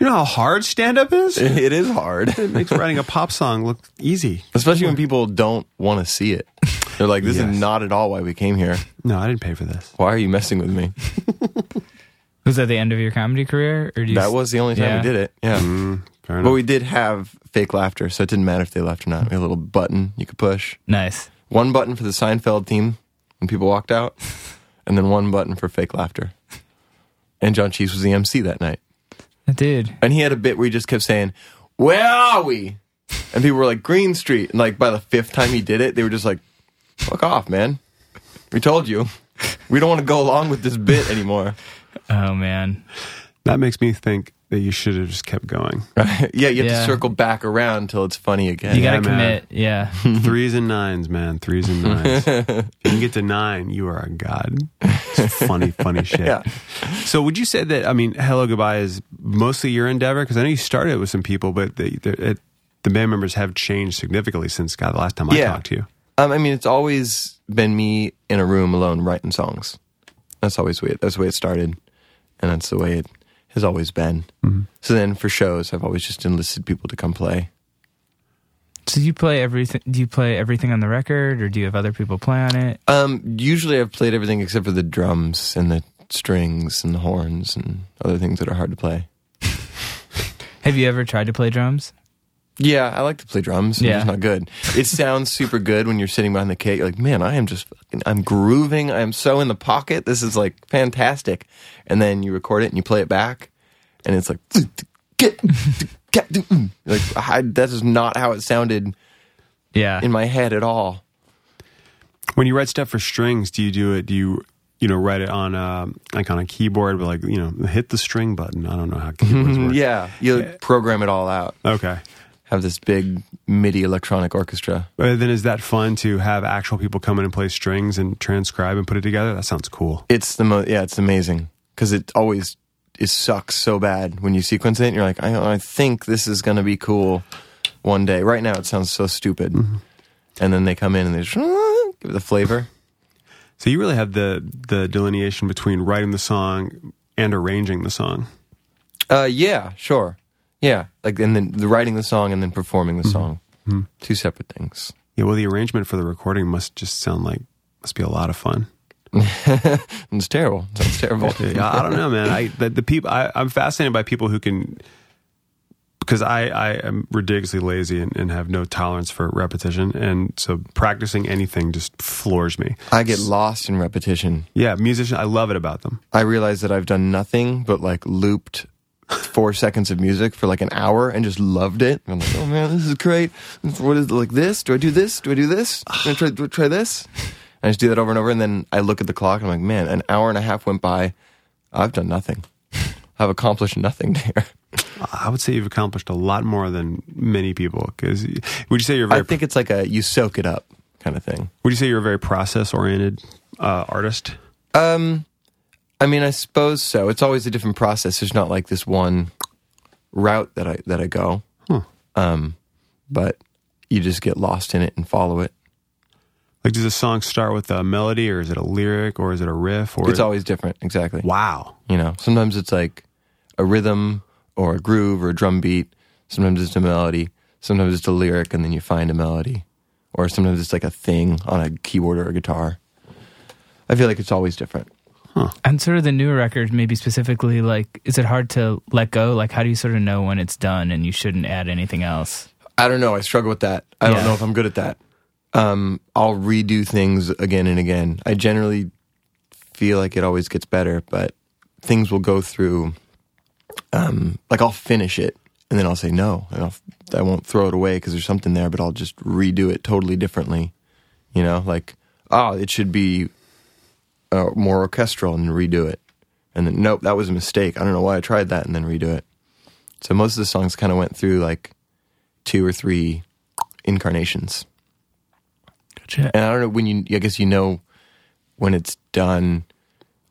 [SPEAKER 2] You know how hard stand up is? It
[SPEAKER 6] It is hard,
[SPEAKER 2] makes writing a pop song look easy.
[SPEAKER 6] especially when people don't want to see it. They're like, This
[SPEAKER 2] Yes.
[SPEAKER 6] is not at all why we came here.
[SPEAKER 2] No, I didn't pay for this.
[SPEAKER 6] Why are you messing with me?
[SPEAKER 1] Was that the end of your comedy career, or do you
[SPEAKER 6] That was the only time
[SPEAKER 1] Yeah.
[SPEAKER 6] we did it. Yeah.
[SPEAKER 2] Fair
[SPEAKER 6] But we did have fake laughter, so it didn't matter if they laughed or not. We had a little button you could push.
[SPEAKER 1] nice?
[SPEAKER 6] One button for the Seinfeld theme when people walked out, and then one button for fake laughter. And John Cheese was the MC that night.
[SPEAKER 1] Dude,
[SPEAKER 6] And he had a bit where he just kept saying, Where are we? And people were like, Green Street. And like by the fifth time he did it, they were just like, Fuck off, man. We told you. We don't want to go along with this bit anymore.
[SPEAKER 1] oh man,
[SPEAKER 2] That makes me think that you should have just kept going.
[SPEAKER 6] yeah, you have
[SPEAKER 1] Yeah.
[SPEAKER 6] to circle back around till it's funny again.
[SPEAKER 1] you gotta
[SPEAKER 2] Yeah, man.
[SPEAKER 1] commit. Yeah,
[SPEAKER 2] Threes and nines, man. Threes and nines. if you can get to nine, you are a god. It's funny, funny shit.
[SPEAKER 6] Yeah.
[SPEAKER 2] So, would you say that? I mean, Hello Goodbye is mostly your endeavor because I know you started with some people, but they, they're- it, the band members have changed significantly since God, the last time I
[SPEAKER 6] Yeah.
[SPEAKER 2] talked to you.
[SPEAKER 6] Um, I mean, it's always been me in a room alone writing songs. That's always the way. That's the way it started, and that's the way it has always been. So then, for shows, I've always just enlisted people to come play.
[SPEAKER 1] so you play everything? Do you play everything on the record, or do you have other people play on it?
[SPEAKER 6] Um, usually, I've played everything except for the drums and the strings and the horns and other things that are hard to play.
[SPEAKER 1] Have you ever tried to play drums?
[SPEAKER 6] Yeah, I like to play drums. I'm
[SPEAKER 1] Yeah.
[SPEAKER 6] just not good. It sounds super good when you're sitting behind the kit. You're like, man, I am just, fucking, I'm grooving. I am so in the pocket. This is like fantastic. And then you record it and you play it back, and it's like, you're mm." like I, that is not how it sounded
[SPEAKER 1] Yeah,
[SPEAKER 6] in my head at all.
[SPEAKER 2] When you write stuff for strings, do you do it? Do you you know write it on a, like on a keyboard with like you know hit the string button? I don't know how keyboards work.
[SPEAKER 6] Yeah, you program it all out.
[SPEAKER 2] Okay.
[SPEAKER 6] Have this big MIDI electronic orchestra.
[SPEAKER 2] But Uh, then is that fun to have actual people come in and play strings and transcribe and put it together? That sounds cool.
[SPEAKER 6] It's the most, yeah, it's amazing because it always it sucks so bad when you sequence it. And you're like, I, I think this is gonna be cool one day. Right now, it sounds so stupid, and then they come in and they just give it the flavor.
[SPEAKER 2] So you really have the the delineation between writing the song and arranging the song.
[SPEAKER 6] Uh, yeah, sure, yeah. Like and then the writing the song and then performing the song, two separate things.
[SPEAKER 2] Yeah, well, the arrangement for the recording must just sound like must be a lot of fun.
[SPEAKER 6] It's terrible. It sounds terrible.
[SPEAKER 2] Yeah, I don't know, man. I the, the people I, I'm fascinated by people who can because I, I am ridiculously lazy and, and have no tolerance for repetition, and so practicing anything just floors me.
[SPEAKER 6] I get lost in repetition.
[SPEAKER 2] Yeah, musician, I love it about them.
[SPEAKER 6] I realize that I've done nothing but like looped four seconds of music for like an hour and just loved it. I'm like, oh man, this is great. What is like this? Do I do this? Do I do this? Do I try, do I try this? And I just do that over and over. And then I look at the clock and I'm like, man, an hour and a half went by. I've done nothing. I've accomplished nothing here.
[SPEAKER 2] I would say you've accomplished a lot more than many people. Because would you say you're a
[SPEAKER 6] I
[SPEAKER 2] very
[SPEAKER 6] think it's like a you soak it up kind of thing.
[SPEAKER 2] would you say you're a very process oriented uh, artist?
[SPEAKER 6] Um, I mean, I suppose so. It's always a different process. There's not like this one route that I that I go.
[SPEAKER 2] Huh.
[SPEAKER 6] Um, but you just get lost in it and follow it.
[SPEAKER 2] Like, does a song start with a melody, or is it a lyric, or is it a riff, or
[SPEAKER 6] It's always different, exactly.
[SPEAKER 2] wow?
[SPEAKER 6] You know, sometimes it's like a rhythm or a groove or a drum beat. Sometimes it's a melody. Sometimes it's a lyric, and then you find a melody. Or sometimes it's like a thing on a keyboard or a guitar. I feel like it's always different.
[SPEAKER 1] And sort of the new record, maybe specifically, like, is it hard to let go? Like, how do you sort of know when it's done and you shouldn't add anything else?
[SPEAKER 6] I don't know. I struggle with that. I don't
[SPEAKER 1] Yeah.
[SPEAKER 6] know if I'm good at that. Um, I'll redo things again and again. I generally feel like it always gets better, but things will go through. Um, like I'll finish it and then I'll say no, and I'll, I won't throw it away because there's something there, but I'll just redo it totally differently. You know, like oh, it should be uh, more orchestral and redo it. And then, nope, that was a mistake. I don't know why I tried that and then redo it. So most of the songs kind of went through like two or three incarnations.
[SPEAKER 4] Gotcha.
[SPEAKER 6] And I don't know when you, I guess you know when it's done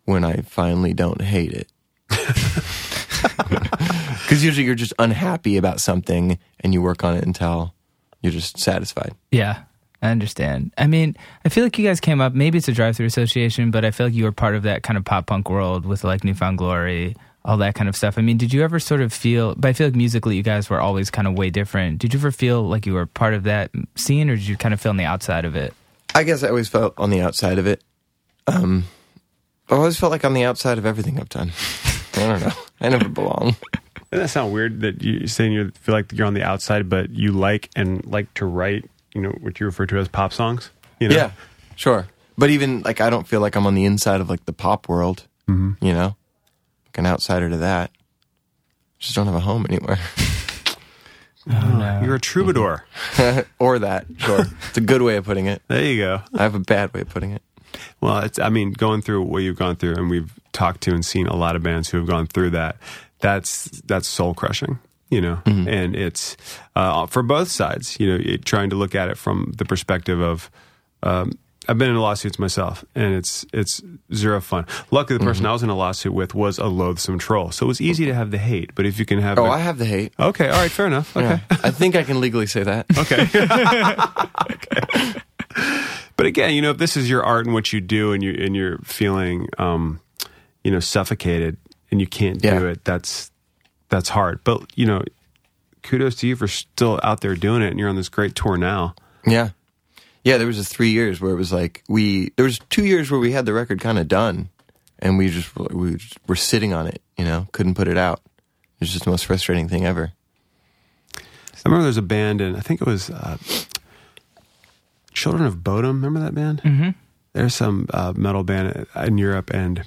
[SPEAKER 6] when I finally don't hate it. Because usually you're just unhappy about something and you work on it until you're just satisfied.
[SPEAKER 1] Yeah, I understand. I mean, I feel like you guys came up. Maybe it's a drive-through association, but I feel like you were part of that kind of pop punk world with like Newfound Glory, all that kind of stuff. I mean, did you ever sort of feel? But I feel like musically, you guys were always kind of way different. Did you ever feel like you were part of that scene, or did you kind of feel on the outside of it?
[SPEAKER 6] I guess I always felt on the outside of it. Um, I always felt like on the outside of everything I've done. I don't know. I never belong.
[SPEAKER 2] Doesn't that sound weird that you're saying you feel like you're on the outside, but you like and like to write, you know, what you refer to as pop songs? You know?
[SPEAKER 6] Yeah, sure. But even like, I don't feel like I'm on the inside of like the pop world. You know, like an outsider to that. Just don't have a home anywhere,
[SPEAKER 2] Oh, You're a troubadour.
[SPEAKER 6] or that. Sure, it's a good way of putting it.
[SPEAKER 2] There you go.
[SPEAKER 6] I have a bad way of putting it.
[SPEAKER 2] Well, it's, I mean, going through what you've gone through, and we've talked to and seen a lot of bands who have gone through that. That's that's soul crushing, you know.
[SPEAKER 6] Mm-hmm.
[SPEAKER 2] And it's uh, for both sides, you know, it, trying to look at it from the perspective of. Um, I've been in lawsuits myself, and it's it's zero fun. Luckily, the
[SPEAKER 6] Mm-hmm.
[SPEAKER 2] person I was in a lawsuit with was a loathsome troll, so it was easy to have the hate. But if you can have,
[SPEAKER 6] Oh,
[SPEAKER 2] a-
[SPEAKER 6] I have the hate.
[SPEAKER 2] okay, all right, fair enough. Okay,
[SPEAKER 6] Yeah. I think I can legally say that.
[SPEAKER 2] Okay. But again, you know, if this is your art and what you do, and you and you're feeling, um, you know, suffocated and you can't
[SPEAKER 6] Yeah.
[SPEAKER 2] do it, that's that's hard. But you know, kudos to you for still out there doing it, and you're on this great tour now.
[SPEAKER 6] Yeah. Yeah, there was a three years where it was like we there was two years where we had the record kind of done, and we just we just were sitting on it, you know, couldn't put it out. It was just the most frustrating thing ever.
[SPEAKER 2] I remember there's a band, and I think it was uh, Children of Bodom. Remember that band? Mm-hmm. There's some uh, metal band in Europe, and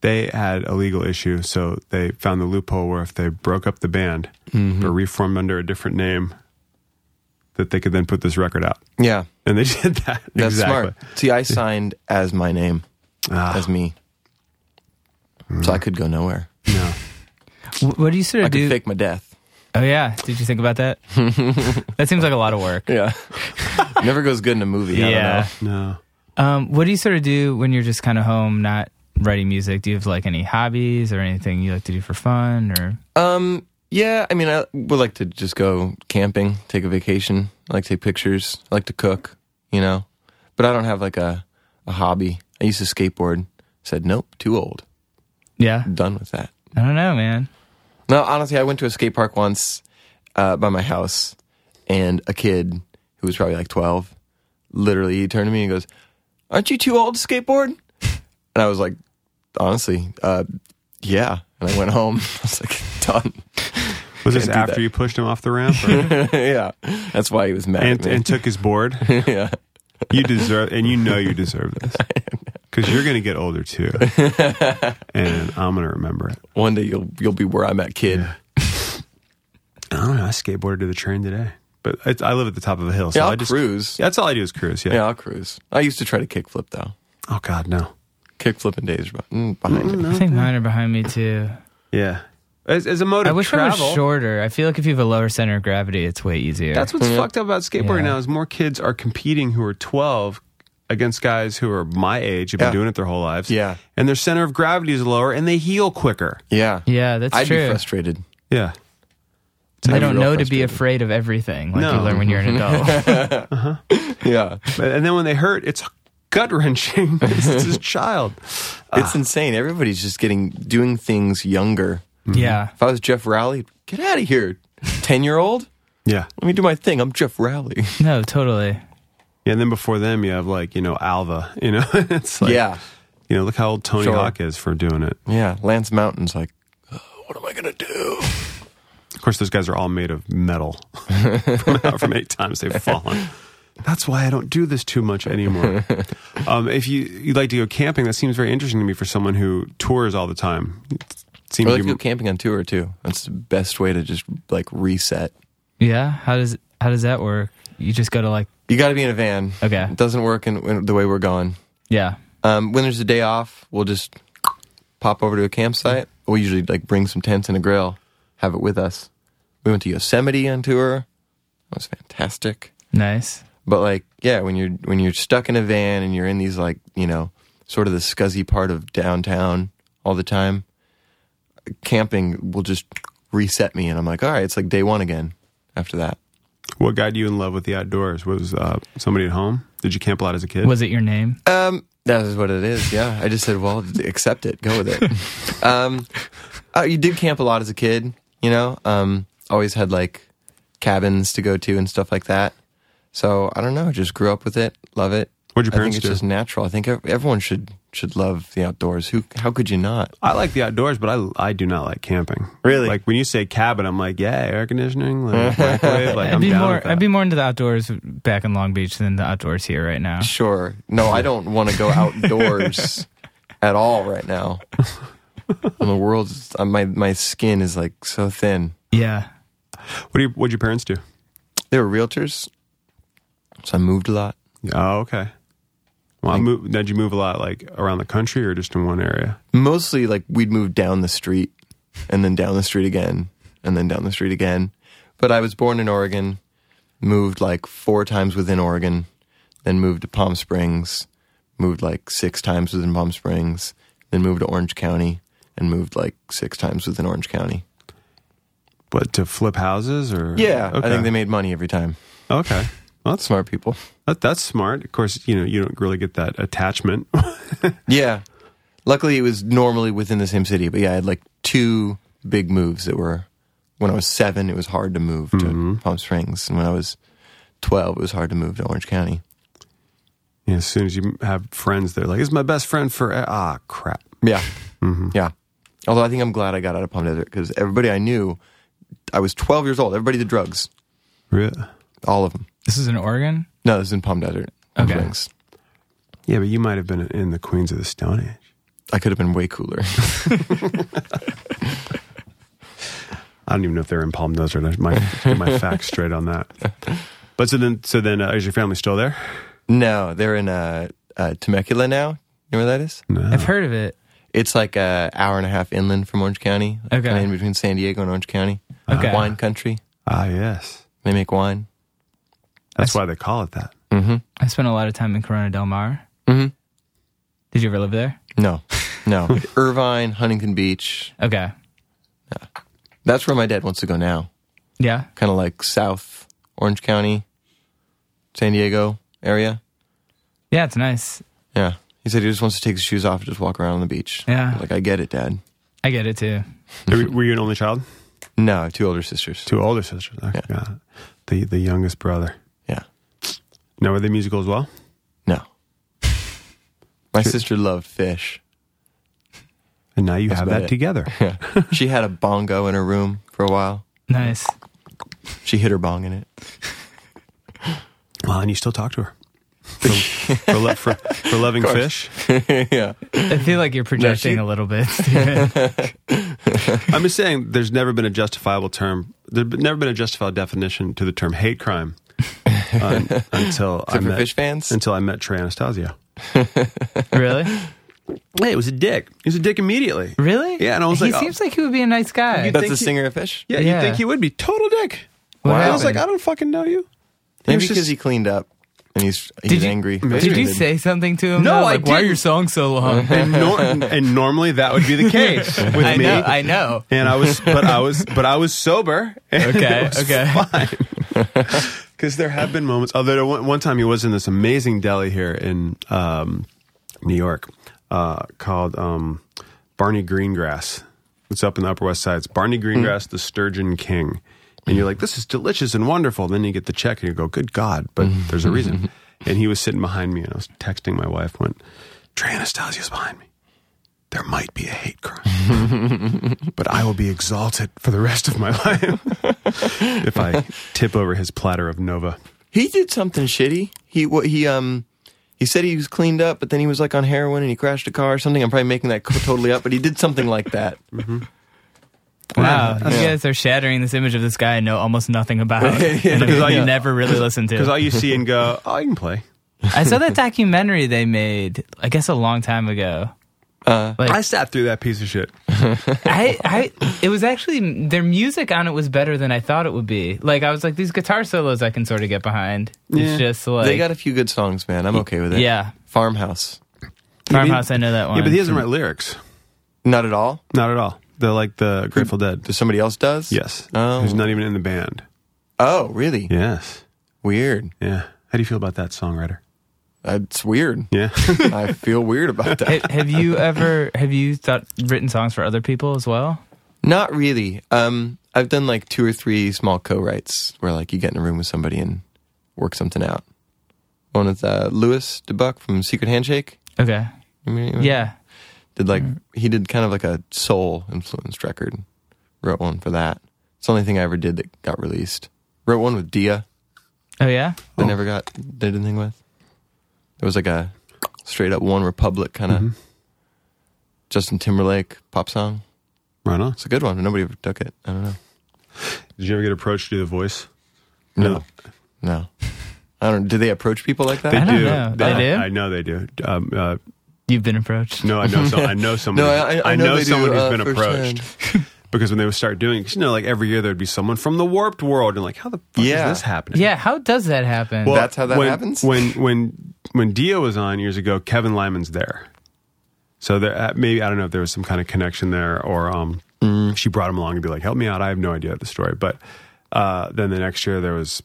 [SPEAKER 2] they had a legal issue, so they found the loophole where if they broke up the band
[SPEAKER 6] Mm-hmm.
[SPEAKER 2] or reformed under a different name, that they could then put this record out.
[SPEAKER 6] Yeah,
[SPEAKER 2] And they did that.
[SPEAKER 6] that's
[SPEAKER 2] exactly.
[SPEAKER 6] smart. See, I signed as my name,
[SPEAKER 2] Ah.
[SPEAKER 6] as me, so I could go nowhere.
[SPEAKER 2] No.
[SPEAKER 1] W- What do you sort
[SPEAKER 6] I
[SPEAKER 1] of
[SPEAKER 6] could
[SPEAKER 1] do?
[SPEAKER 6] fake my death.
[SPEAKER 1] Oh yeah, did you think about that? that seems like a lot of work.
[SPEAKER 6] Yeah, never goes good in a movie. I don't know.
[SPEAKER 2] No.
[SPEAKER 1] Um, what do you sort of do when you're just kind of home, not writing music? Do you have like any hobbies or anything you like to do for fun? Or
[SPEAKER 6] Um, yeah, I mean, I would like to just go camping, take a vacation. I like to take pictures. I like to cook, you know. But I don't have like a, a hobby. I used to skateboard. Said nope, too old.
[SPEAKER 1] yeah,
[SPEAKER 6] Done with that.
[SPEAKER 1] I don't know, man.
[SPEAKER 6] No, honestly, I went to a skate park once uh, by my house, and a kid who was probably like twelve, literally, he turned to me and goes, "Aren't you too old to skateboard?" And I was like, honestly, uh, yeah. And I went home. I was like, done.
[SPEAKER 2] Was this
[SPEAKER 6] Can't do
[SPEAKER 2] after
[SPEAKER 6] that.
[SPEAKER 2] you pushed him off the ramp or,
[SPEAKER 6] yeah, that's why he was mad.
[SPEAKER 2] and,
[SPEAKER 6] at me.
[SPEAKER 2] and took his board?
[SPEAKER 6] yeah.
[SPEAKER 2] You deserve, and you know you deserve this. Because you're going to get older too. and I'm going to remember it.
[SPEAKER 6] One day you'll you'll be where I'm at, kid. Yeah,
[SPEAKER 2] I don't know. I skateboarded to the train today, but it's, I live at the top of a hill, so
[SPEAKER 6] I'll
[SPEAKER 2] I just
[SPEAKER 6] cruise. Yeah.
[SPEAKER 2] Yeah, that's all I do is cruise. Yeah.
[SPEAKER 6] I'll cruise. I used to try to kickflip though.
[SPEAKER 2] Oh God, no.
[SPEAKER 6] Kickflipping days are mm, behind
[SPEAKER 2] Mm-hmm.
[SPEAKER 6] it.
[SPEAKER 1] I think mine are behind me too.
[SPEAKER 2] Yeah. As, as a mode
[SPEAKER 1] I
[SPEAKER 2] of
[SPEAKER 1] wish I
[SPEAKER 2] travel,
[SPEAKER 1] was shorter. I feel like if you have a lower center of gravity, it's way easier.
[SPEAKER 2] that's what's fucked up about skateboarding
[SPEAKER 1] Yeah.
[SPEAKER 2] now is more kids are competing who are 12 against guys who are my age who've been
[SPEAKER 6] Yeah.
[SPEAKER 2] doing it their whole lives.
[SPEAKER 6] Yeah.
[SPEAKER 2] And their center of gravity is lower, and they heal quicker.
[SPEAKER 6] Yeah,
[SPEAKER 1] yeah, that's
[SPEAKER 6] I'd
[SPEAKER 1] true.
[SPEAKER 6] be frustrated.
[SPEAKER 2] Yeah.
[SPEAKER 1] I
[SPEAKER 6] I'd be
[SPEAKER 1] don't
[SPEAKER 6] real
[SPEAKER 1] know to be
[SPEAKER 6] frustrated. Mm-hmm.
[SPEAKER 1] afraid of everything like
[SPEAKER 2] No.
[SPEAKER 1] you learn when you're an adult.
[SPEAKER 6] Yeah,
[SPEAKER 2] And then when they hurt, it's gut wrenching. it's this child.
[SPEAKER 6] it's insane. Everybody's just getting doing things younger.
[SPEAKER 1] yeah.
[SPEAKER 6] If I was Jeff Rowley, get out of here, ten year old.
[SPEAKER 2] Yeah.
[SPEAKER 6] Let me do my thing. I'm Jeff Rowley.
[SPEAKER 1] No, totally.
[SPEAKER 2] Yeah, and then before them, you have like you know Alva. You know, it's like
[SPEAKER 6] yeah,
[SPEAKER 2] You know, look how old Tony
[SPEAKER 6] Sure.
[SPEAKER 2] Hawk is for doing it.
[SPEAKER 6] yeah. Lance Mountain's like, "Oh, what am I gonna do?
[SPEAKER 2] Of course, those guys are all made of metal from how from eight times they've fallen. That's why I don't do this too much anymore. Um, if you you like to go camping, that seems very interesting to me for someone who tours all the time. It seems
[SPEAKER 6] Or like
[SPEAKER 2] you-
[SPEAKER 6] go camping on tour too. That's the best way to just like reset.
[SPEAKER 1] Yeah. How does how does that work? You just go to like
[SPEAKER 6] You got to be in a van.
[SPEAKER 1] Okay.
[SPEAKER 6] It doesn't work in, in the way we're going.
[SPEAKER 1] Yeah.
[SPEAKER 6] Um, when there's a day off, we'll just pop over to a campsite. We usually like bring some tents and a grill, have it with us. We went to Yosemite on tour. That was fantastic.
[SPEAKER 1] Nice.
[SPEAKER 6] But like, yeah, when you're when you're stuck in a van and you're in these like, you know, sort of the scuzzy part of downtown all the time, camping will just reset me, and I'm like, all right, it's like day one again. After that,
[SPEAKER 2] What got you in love with the outdoors? Was uh, somebody at home? Did you camp a lot as a kid?
[SPEAKER 1] Was it your name?
[SPEAKER 6] um, that is what it is. Yeah, I just said, well, accept it, go with it. um, uh, you did camp a lot as a kid, you know. Um, always had like cabins to go to and stuff like that. So I don't know, just grew up with it, love it.
[SPEAKER 2] What'd your
[SPEAKER 6] I think
[SPEAKER 2] parents
[SPEAKER 6] it's
[SPEAKER 2] do?
[SPEAKER 6] just natural. I think ev- everyone should should love the outdoors. Who? How could you not?
[SPEAKER 2] I like the outdoors, but I I do not like camping.
[SPEAKER 6] Really?
[SPEAKER 2] Like when you say cabin, I'm like, yeah, air conditioning, like, microwave, like
[SPEAKER 1] I'd
[SPEAKER 2] I'm
[SPEAKER 1] be
[SPEAKER 2] down
[SPEAKER 1] more.
[SPEAKER 2] with that.
[SPEAKER 1] I'd be more into the outdoors back in Long Beach than the outdoors here right now.
[SPEAKER 6] Sure. No, I don't want to go outdoors at all right now. And the world's uh, my my skin is like so thin.
[SPEAKER 1] Yeah.
[SPEAKER 2] what do you, what'd your parents do?
[SPEAKER 6] They were realtors, so I moved a lot.
[SPEAKER 2] Oh, okay. Well, I moved, did you move a lot, like around the country, or just in one area?
[SPEAKER 6] Mostly, like we'd move down the street, and then down the street again, and then down the street again. But I was born in Oregon, moved like four times within Oregon, then moved to Palm Springs, moved like six times within Palm Springs, then moved to Orange County, and moved like six times within Orange County.
[SPEAKER 2] But to flip houses, or
[SPEAKER 6] Yeah,
[SPEAKER 2] okay.
[SPEAKER 6] I think they made money every time.
[SPEAKER 2] okay. Well, that's
[SPEAKER 6] Smart people.
[SPEAKER 2] that, that's smart. Of course, you know you don't really get that attachment.
[SPEAKER 6] Yeah. Luckily, it was normally within the same city, but yeah, I had like two big moves that were when I was seven, it was hard to move to Palm Springs, and when I was 12, it was hard to move to Orange County.
[SPEAKER 2] Yeah, as soon as you have friends, they're like, "This is my best friend for ah crap."
[SPEAKER 6] Yeah. Yeah. Although I think I'm glad I got out of Palm Desert because everybody I knew, I was 12 years old, everybody did drugs,
[SPEAKER 2] Really?
[SPEAKER 6] all of them.
[SPEAKER 1] This is in Oregon.
[SPEAKER 6] No, this is in Palm Desert. Palm
[SPEAKER 1] Okay.
[SPEAKER 6] Springs.
[SPEAKER 2] Yeah, but you might have been in the Queens of the Stone Age.
[SPEAKER 6] I could have been way cooler.
[SPEAKER 2] I don't even know if they're in Palm Desert. I might get my facts straight on that. But so then, so then, uh, is your family still there?
[SPEAKER 6] no, they're in uh, uh, Temecula now. You know where that is?
[SPEAKER 2] No.
[SPEAKER 1] I've heard of it.
[SPEAKER 6] It's like a hour and a half inland from Orange County,
[SPEAKER 1] Okay. Uh-huh.
[SPEAKER 6] kinda in between San Diego and Orange County.
[SPEAKER 1] Okay.
[SPEAKER 6] Wine country.
[SPEAKER 2] Ah, yes,
[SPEAKER 6] They make wine.
[SPEAKER 2] that's why they call it that.
[SPEAKER 6] Mm-hmm.
[SPEAKER 1] I spent a lot of time in Corona Del Mar.
[SPEAKER 6] Mm-hmm.
[SPEAKER 1] Did you ever live there?
[SPEAKER 6] No, no. Irvine, Huntington Beach.
[SPEAKER 1] Okay.
[SPEAKER 6] That's where my dad wants to go now.
[SPEAKER 1] Yeah.
[SPEAKER 6] Kind of like South Orange County, San Diego area.
[SPEAKER 1] Yeah, it's nice.
[SPEAKER 6] Yeah. He said he just wants to take his shoes off and just walk around on the beach.
[SPEAKER 1] Yeah.
[SPEAKER 6] Like, I get it, Dad.
[SPEAKER 1] I get it too.
[SPEAKER 2] Were- Were you an only child?
[SPEAKER 6] No, I have two older sisters.
[SPEAKER 2] Two older sisters. Okay,
[SPEAKER 6] Yeah.
[SPEAKER 2] got it. The the youngest brother.
[SPEAKER 6] Yeah.
[SPEAKER 2] Now were they musical as well?
[SPEAKER 6] No. My sister loved fish.
[SPEAKER 2] And now you
[SPEAKER 6] That's
[SPEAKER 2] have
[SPEAKER 6] about
[SPEAKER 2] that
[SPEAKER 6] it.
[SPEAKER 2] together.
[SPEAKER 6] Yeah. she had a bongo in her room for a while.
[SPEAKER 1] Nice.
[SPEAKER 6] She hit her bong in it.
[SPEAKER 2] Well, and you still talk to her for for, lo- for, for loving fish.
[SPEAKER 6] yeah.
[SPEAKER 1] I feel like you're projecting a little bit. Steven.
[SPEAKER 2] I'm just saying, there's never been a justifiable term. There's been- never been a justifiable definition to the term hate crime un- until I
[SPEAKER 6] Except for
[SPEAKER 2] met
[SPEAKER 6] fish fans?
[SPEAKER 2] until I met Trey Anastasio.
[SPEAKER 1] really?
[SPEAKER 2] Hey, it was a dick. He was a dick immediately.
[SPEAKER 1] Really?
[SPEAKER 2] Yeah, and I was
[SPEAKER 1] he
[SPEAKER 2] like, oh.
[SPEAKER 1] seems like he would be a nice guy.
[SPEAKER 6] That's
[SPEAKER 2] think
[SPEAKER 6] the
[SPEAKER 2] he-
[SPEAKER 6] singer of fish?
[SPEAKER 2] Yeah,
[SPEAKER 1] Yeah.
[SPEAKER 2] you think he would be total dick?
[SPEAKER 1] What
[SPEAKER 2] I was like,
[SPEAKER 1] happened?
[SPEAKER 2] I don't fucking know you. He
[SPEAKER 6] Maybe
[SPEAKER 2] was
[SPEAKER 6] because
[SPEAKER 2] just-
[SPEAKER 6] he cleaned up and he's he's
[SPEAKER 1] you-
[SPEAKER 6] angry.
[SPEAKER 1] Did you say something to him?
[SPEAKER 2] No,
[SPEAKER 1] though?
[SPEAKER 2] I
[SPEAKER 1] like, why are
[SPEAKER 2] didn't.
[SPEAKER 1] your songs so long?
[SPEAKER 2] and, nor- and normally that would be the case with
[SPEAKER 1] I
[SPEAKER 2] me.
[SPEAKER 1] know. I know.
[SPEAKER 2] and I was, but I was, but I was sober. and
[SPEAKER 1] Okay,
[SPEAKER 2] it was
[SPEAKER 1] okay.
[SPEAKER 2] Fine. Because there have been moments. Although one, one time he was in this amazing deli here in um, New York uh, called um, Barney Greengrass. It's up in the Upper West Side. It's Barney Greengrass, the Sturgeon King. And you're like, this is delicious and wonderful. Then you get the check and you go, good God, but there's a reason. and he was sitting behind me and I was texting my wife, went, Trey Anastasia's behind me. There might be a hate crime but I will be exalted for the rest of my life if I tip over his platter of Nova.
[SPEAKER 6] He did something shitty. He what he um he said he was cleaned up, but then he was like on heroin and he crashed a car or something. I'm probably making that co- totally up, but he did something like that.
[SPEAKER 1] Wow, you guys are shattering this image of this guy I know almost nothing about, and because you never really listened
[SPEAKER 2] Because
[SPEAKER 1] to.
[SPEAKER 2] all you see and go, oh, I can play.
[SPEAKER 1] I saw that documentary they made, I guess, a long time ago. Like-
[SPEAKER 2] I sat through that piece of shit.
[SPEAKER 1] I, I, it was actually their music on it was better than I thought it would be. Like I was like, these guitar solos I can sort of get behind. It's just like,
[SPEAKER 6] they got a few good songs, man. I'm okay with it.
[SPEAKER 1] yeah,
[SPEAKER 6] Farmhouse.
[SPEAKER 1] farmhouse. I know that one.
[SPEAKER 2] Yeah, but he doesn't write lyrics.
[SPEAKER 6] Not at all.
[SPEAKER 2] Not at all. They're like the Grateful Dead.
[SPEAKER 6] Does somebody else does?
[SPEAKER 2] Yes.
[SPEAKER 6] Oh.
[SPEAKER 2] Who's not even in the band.
[SPEAKER 6] Oh, really?
[SPEAKER 2] Yes.
[SPEAKER 6] Weird.
[SPEAKER 2] Yeah. How do you feel about that songwriter?
[SPEAKER 6] That's weird.
[SPEAKER 2] Yeah.
[SPEAKER 6] I feel weird about that.
[SPEAKER 1] Ha- have you ever have you thought written songs for other people as well?
[SPEAKER 6] Not really. Um, I've done like two or three small co-writes where like you get in a room with somebody and work something out. One with uh, Louis DeBuck from Secret Handshake.
[SPEAKER 1] Okay,
[SPEAKER 6] You mean- you
[SPEAKER 1] yeah, Mm-hmm.
[SPEAKER 6] Did like he did kind of like a soul influenced record. Wrote one for that. It's the only thing I ever did that got released. Wrote one with Dia.
[SPEAKER 1] oh yeah,
[SPEAKER 6] They never got did anything with. There was like a straight up One Republic kind of
[SPEAKER 1] Mm-hmm.
[SPEAKER 6] Justin Timberlake pop song.
[SPEAKER 2] right on.
[SPEAKER 6] It's a good one, but nobody ever took it. I don't know.
[SPEAKER 2] Did you ever get approached to do the voice?
[SPEAKER 6] No. No. I don't. Do they approach people like that?
[SPEAKER 2] They
[SPEAKER 1] I don't
[SPEAKER 2] do.
[SPEAKER 1] know. They do?
[SPEAKER 2] I know they do. Um, uh,
[SPEAKER 1] you've been approached.
[SPEAKER 2] no, I know. Some, I know someone.
[SPEAKER 6] No,
[SPEAKER 2] who-
[SPEAKER 6] I- I- I know
[SPEAKER 2] know
[SPEAKER 6] they do,
[SPEAKER 2] someone
[SPEAKER 6] uh,
[SPEAKER 2] who's been approached because when they would start doing, 'cause, you know, like every year there'd be someone from the Warped World and like, how the fuck
[SPEAKER 6] Yeah.
[SPEAKER 2] is this happening?
[SPEAKER 1] Yeah, how does that happen?
[SPEAKER 6] Well- That's how that
[SPEAKER 2] when,
[SPEAKER 6] happens?
[SPEAKER 2] When when when Dio was on years ago, Kevin Lyman's there. So there, uh, maybe I don't know if there was some kind of connection there, or um, she brought him along and be like, "Help me out." I have no idea the story, but uh, then the next year there was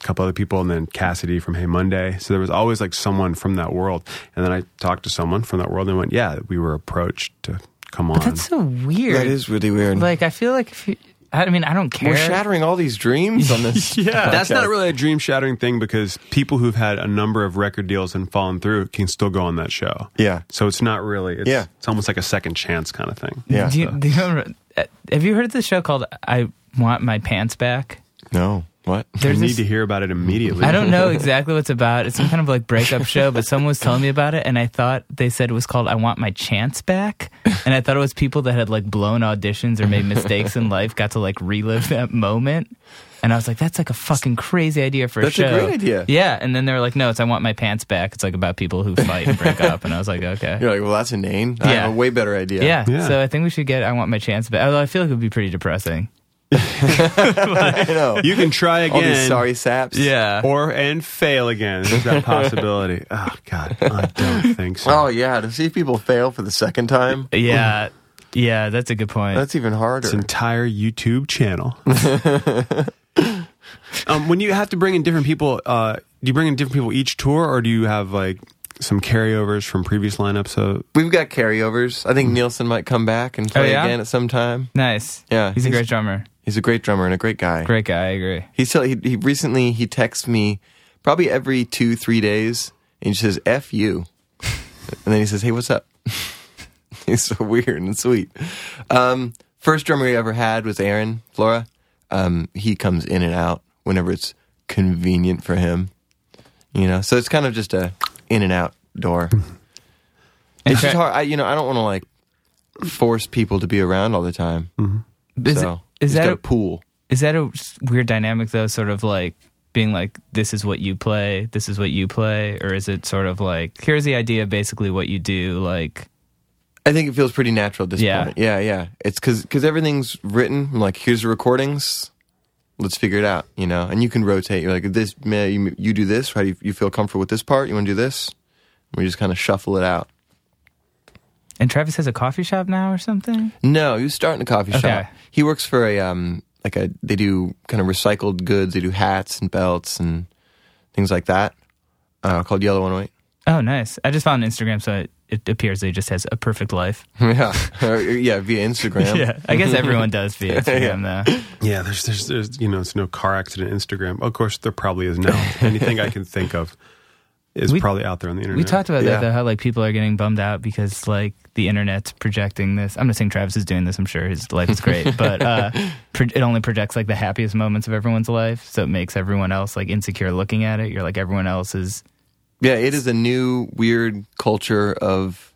[SPEAKER 2] a couple other people, and then Cassidy from Hey Monday. So there was always like someone from that world, and then I talked to someone from that world and went, "Yeah, we were approached to come on."
[SPEAKER 1] That's so weird.
[SPEAKER 6] That is really weird.
[SPEAKER 1] like I feel like if you, I mean I don't care.
[SPEAKER 6] We're shattering all these dreams on this.
[SPEAKER 2] Yeah, that's
[SPEAKER 6] podcast.
[SPEAKER 2] not really a dream shattering thing because people who've had a number of record deals and fallen through can still go on that show.
[SPEAKER 6] Yeah.
[SPEAKER 2] So it's not really. It's,
[SPEAKER 6] Yeah.
[SPEAKER 2] It's almost like a second chance kind of thing.
[SPEAKER 6] Yeah.
[SPEAKER 1] Do you, do you remember, uh, have you heard of the show called I Want My Pants Back?
[SPEAKER 6] No. What?
[SPEAKER 2] You
[SPEAKER 1] There's
[SPEAKER 2] need
[SPEAKER 1] this-
[SPEAKER 2] to hear about it immediately.
[SPEAKER 1] I don't know exactly what it's about. It's some kind of like breakup show, but someone was telling me about it, and I thought they said it was called "I Want My Chance Back," and I thought it was people that had like blown auditions or made mistakes in life got to like relive that moment. And I was like, "That's like a fucking crazy idea for a
[SPEAKER 6] That's a
[SPEAKER 1] show."
[SPEAKER 6] great idea.
[SPEAKER 1] Yeah, and then they were like, "No, it's I Want My Pants Back." It's like about people who fight and break up, and I was like, "Okay."
[SPEAKER 6] You're like, well, that's inane. I
[SPEAKER 1] Yeah.
[SPEAKER 6] have a way better idea.
[SPEAKER 1] Yeah.
[SPEAKER 2] Yeah.
[SPEAKER 1] so I think we should get "I Want My Chance Back." Although I feel like it would be pretty depressing.
[SPEAKER 6] I know.
[SPEAKER 2] You can try
[SPEAKER 6] all
[SPEAKER 2] again.
[SPEAKER 6] these sorry saps.
[SPEAKER 2] Or and fail again. There's that possibility. oh God, I don't think so.
[SPEAKER 6] Oh yeah. To see people fail for the second time,
[SPEAKER 1] yeah, yeah. That's a good point.
[SPEAKER 6] that's even harder.
[SPEAKER 2] Its entire YouTube channel. um, when you have to bring in different people, uh, do you bring in different people each tour, or do you have like some carryovers from previous lineups? uh, Of,
[SPEAKER 6] We've got carryovers. I think Nielsen might come back and play
[SPEAKER 1] Oh, yeah?
[SPEAKER 6] again at some time.
[SPEAKER 1] nice.
[SPEAKER 6] Yeah,
[SPEAKER 1] he's a great drummer.
[SPEAKER 6] He's a great drummer and a great guy.
[SPEAKER 1] Great guy. I agree.
[SPEAKER 6] He still he, he recently he texts me probably every two three days and he says "f you," and then he says "Hey, what's up?" He's so weird and sweet. Um, first drummer we ever had was Aaron Flora. Um, he comes in and out whenever it's convenient for him, you know. So it's kind of just a in and out door. It's just hard. I, you know, I don't want to like force people to be around all the time.
[SPEAKER 1] Is,
[SPEAKER 6] so
[SPEAKER 1] is
[SPEAKER 6] just
[SPEAKER 1] that
[SPEAKER 6] got a
[SPEAKER 1] a,
[SPEAKER 6] pool?
[SPEAKER 1] is that a weird dynamic though? Sort of like being like, this is what you play, this is what you play, or is it sort of like, here's the idea, of basically what you do, like,
[SPEAKER 6] I think it feels pretty natural at this
[SPEAKER 1] Yeah.
[SPEAKER 6] point. Yeah, yeah. It's because everything's written. I'm like, here's the recordings. Let's figure it out, you know. And you can rotate. You're like, this, man, you, you do this, right? You, you feel comfortable with this part. You want to do this. We just kind of shuffle it out.
[SPEAKER 1] and Travis has a coffee shop now or something.
[SPEAKER 6] No, he was starting a coffee
[SPEAKER 1] Okay.
[SPEAKER 6] shop. He works for a um like a they do kind of recycled goods. They do hats and belts and things like that. Uh, called Yellow One Eight.
[SPEAKER 1] Oh, nice. I just found Instagram, so it, it appears that he just has a perfect life.
[SPEAKER 6] yeah, yeah, via Instagram.
[SPEAKER 1] I guess everyone does via Instagram though.
[SPEAKER 2] yeah, there's, there's, there's, you know, it's no car accident Instagram. Of course, there probably is now. Anything I can think of is
[SPEAKER 1] We-
[SPEAKER 2] probably out there on the internet.
[SPEAKER 1] We talked about
[SPEAKER 6] Yeah.
[SPEAKER 1] that though, how like people are getting bummed out because like the internet's projecting this. I'm not saying Travis is doing this. I'm sure his life is great, but uh, pro- it only projects like the happiest moments of everyone's life, so it makes everyone else like insecure looking at it. You're like everyone else is.
[SPEAKER 6] Yeah, it is a new weird culture of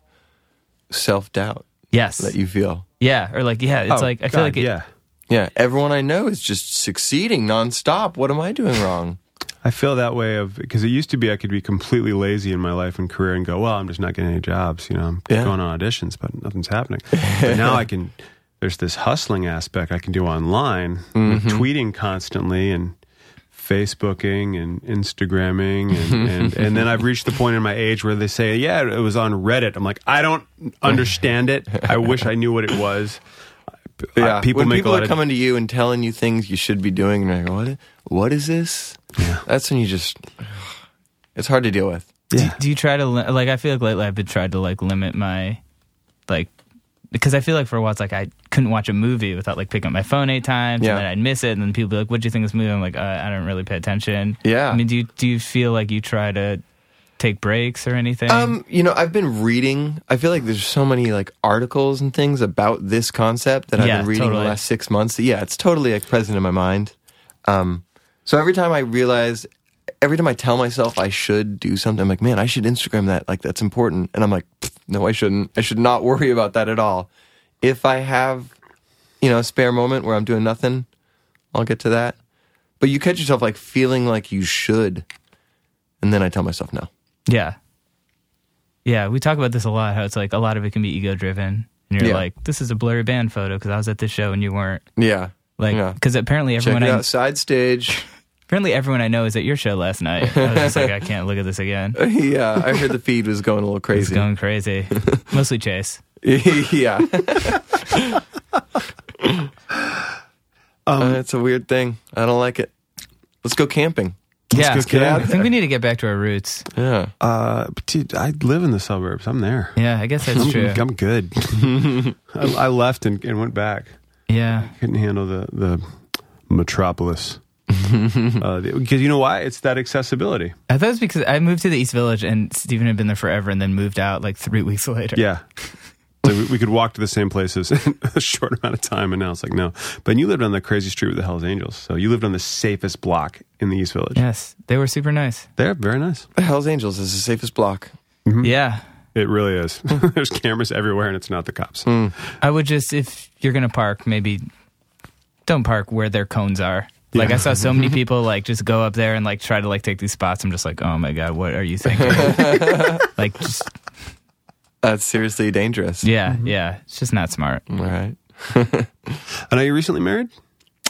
[SPEAKER 6] self doubt
[SPEAKER 1] Yes.
[SPEAKER 6] that you feel.
[SPEAKER 1] Yeah, or like yeah, it's
[SPEAKER 2] Oh,
[SPEAKER 1] like I
[SPEAKER 2] God,
[SPEAKER 1] feel like it,
[SPEAKER 2] yeah.
[SPEAKER 6] Yeah, everyone I know is just succeeding nonstop. What am I doing wrong?
[SPEAKER 2] I feel that way of because it used to be I could be completely lazy in my life and career and go, well, I'm just not getting any jobs. You know, I'm
[SPEAKER 6] Yeah.
[SPEAKER 2] going on auditions, but nothing's happening. but now I can. There's this hustling aspect I can do online, with
[SPEAKER 6] Mm-hmm.
[SPEAKER 2] tweeting constantly and Facebooking and Instagramming, and, and and then I've reached the point in my age where they say, yeah, it was on Reddit. I'm like, I don't understand it. I wish I knew what it was. I-
[SPEAKER 6] Yeah,
[SPEAKER 2] people
[SPEAKER 6] when
[SPEAKER 2] make
[SPEAKER 6] people
[SPEAKER 2] a
[SPEAKER 6] are
[SPEAKER 2] lot of
[SPEAKER 6] coming to you and telling you things you should be doing, and you're like, "What? What is this?"
[SPEAKER 2] Yeah.
[SPEAKER 6] That's when you just. It's hard to deal with.
[SPEAKER 1] Do, do you try to li- like? I feel like lately I've been tried to like limit my like because I feel like for a while it's like I couldn't watch a movie without like picking up my phone eight times
[SPEAKER 6] Yeah.
[SPEAKER 1] and then I'd miss it and then people be like, "What do you think of this movie?" I'm like, uh, "I don't really pay attention."
[SPEAKER 6] Yeah.
[SPEAKER 1] I mean, do you do you feel like you try to take breaks or anything?
[SPEAKER 6] Um, you know, I've been reading. I feel like there's so many like articles and things about this concept that I've
[SPEAKER 1] Yeah,
[SPEAKER 6] been reading
[SPEAKER 1] totally.
[SPEAKER 6] the last six months. Yeah, it's totally like present in my mind. Um, so every time I realize, every time I tell myself I should do something, I'm like, man, I should Instagram that. Like that's important. And I'm like, "Pfft, no, I shouldn't. I should not worry about that at all. If I have, you know, a spare moment where I'm doing nothing, I'll get to that. But you catch yourself like feeling like you should, and then I tell myself no.
[SPEAKER 1] yeah, yeah. We talk about this a lot. How it's like a lot of it can be ego driven, and you're
[SPEAKER 6] Yeah.
[SPEAKER 1] like, "This is a blurry band photo because I was at this show and you weren't."
[SPEAKER 6] Yeah.
[SPEAKER 1] Like,
[SPEAKER 6] Yeah.
[SPEAKER 1] because apparently
[SPEAKER 6] Check
[SPEAKER 1] everyone
[SPEAKER 6] it
[SPEAKER 1] I
[SPEAKER 6] out, side stage.
[SPEAKER 1] apparently everyone I know is at your show last night. I was just like, I can't look at this again.
[SPEAKER 6] yeah, uh, I heard the feed was going a little
[SPEAKER 1] He's
[SPEAKER 6] crazy.
[SPEAKER 1] going crazy. Mostly Chase.
[SPEAKER 6] yeah, Uh, it's a weird thing. I don't like it. Let's go camping.
[SPEAKER 1] Yeah,
[SPEAKER 2] Let's go get out
[SPEAKER 1] I think we need to get back to our roots.
[SPEAKER 6] Yeah,
[SPEAKER 2] Uh, but dude, I live in the suburbs. I'm there.
[SPEAKER 1] Yeah, I guess that's
[SPEAKER 2] I'm,
[SPEAKER 1] true.
[SPEAKER 2] I'm good. I, I left and, and went back.
[SPEAKER 1] Yeah,
[SPEAKER 2] Couldn't handle the the metropolis. Because you know why? It's that accessibility.
[SPEAKER 1] I thought it was because I moved to the East Village and Stephen had been there forever, and then moved out like three weeks later.
[SPEAKER 2] Yeah. So we, we could walk to the same places in a short amount of time, and now it's like no. But you lived on the crazy street with the Hell's Angels, so you lived on the safest block in the East Village.
[SPEAKER 1] Yes, they were super nice.
[SPEAKER 2] They're very nice.
[SPEAKER 6] Hell's Angels is the safest block.
[SPEAKER 1] Yeah,
[SPEAKER 2] It really is. Mm. There's cameras everywhere, and it's not the cops.
[SPEAKER 1] I would just if you're gonna park, maybe don't park where their cones are. Like
[SPEAKER 2] Yeah.
[SPEAKER 1] I saw so many people like just go up there and like try to like take these spots. I'm just like, oh my god, what are you thinking? like, just
[SPEAKER 6] That's seriously dangerous.
[SPEAKER 1] yeah, yeah, it's just not smart.
[SPEAKER 6] All right.
[SPEAKER 2] And are you recently married?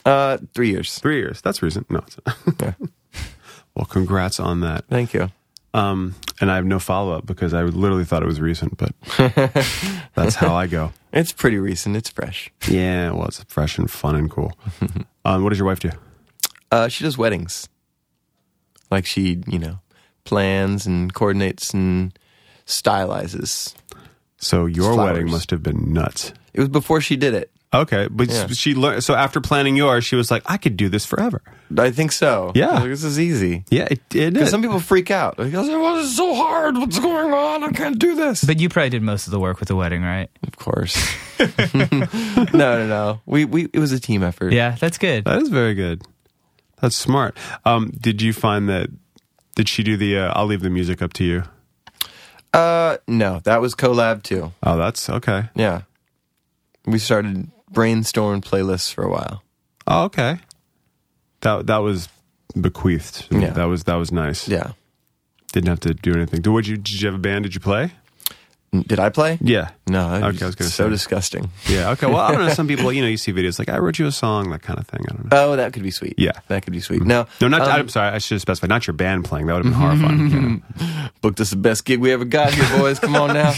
[SPEAKER 6] Uh, three years.
[SPEAKER 2] Three years. That's recent. No. It's
[SPEAKER 6] Yeah.
[SPEAKER 2] well, congrats on that.
[SPEAKER 6] Thank you.
[SPEAKER 2] Um, and I have no follow up because I literally thought it was recent, but that's how I go.
[SPEAKER 6] It's pretty recent. It's fresh.
[SPEAKER 2] Yeah, well, it's fresh and fun and cool. Um, what does your wife do?
[SPEAKER 6] Uh, she does weddings. Like she, you know, plans and coordinates and stylizes.
[SPEAKER 2] So your
[SPEAKER 6] Flowers.
[SPEAKER 2] wedding must have been nuts.
[SPEAKER 6] It was before she did it.
[SPEAKER 2] Okay, but
[SPEAKER 6] Yeah.
[SPEAKER 2] she learned. So after planning yours, she was like, "I could do this forever."
[SPEAKER 6] I think so.
[SPEAKER 2] Yeah.
[SPEAKER 6] Like, this is easy.
[SPEAKER 2] Yeah, it, it is.
[SPEAKER 6] Because some people freak out. Like, well, this is so hard. What's going on? I can't do this.
[SPEAKER 1] But you probably did most of the work with the wedding, right?
[SPEAKER 6] of course. no, no, no. We, we, it was a team effort.
[SPEAKER 1] Yeah, that's good.
[SPEAKER 2] that is very good. That's smart. Um, did you find that? Did she do the? Uh, I'll leave the music up to you.
[SPEAKER 6] Uh, no, that was collab too.
[SPEAKER 2] Oh, that's okay.
[SPEAKER 6] Yeah. We started brainstorm playlists for a while.
[SPEAKER 2] Oh, okay. That that was bequeathed.
[SPEAKER 6] Yeah.
[SPEAKER 2] That was that was nice.
[SPEAKER 6] Yeah.
[SPEAKER 2] Didn't have to do anything. Did, what you, did you have a band? Did you play?
[SPEAKER 6] N- Did I play?
[SPEAKER 2] Yeah.
[SPEAKER 6] No,
[SPEAKER 2] Okay, I
[SPEAKER 6] was
[SPEAKER 2] was gonna
[SPEAKER 6] so
[SPEAKER 2] say.
[SPEAKER 6] disgusting.
[SPEAKER 2] Yeah. Okay. Well, I don't know. Some people, you know, you see videos like I wrote you a song, that kind of thing. I don't know.
[SPEAKER 6] Oh, that could be sweet.
[SPEAKER 2] Yeah. Mm-hmm.
[SPEAKER 6] that could be sweet. No,
[SPEAKER 2] No, not.
[SPEAKER 6] um,
[SPEAKER 2] I'm sorry. I should have specified. Not your band playing. That would have been horrifying. you know.
[SPEAKER 6] booked us the best gig we ever got here, boys. Come on now,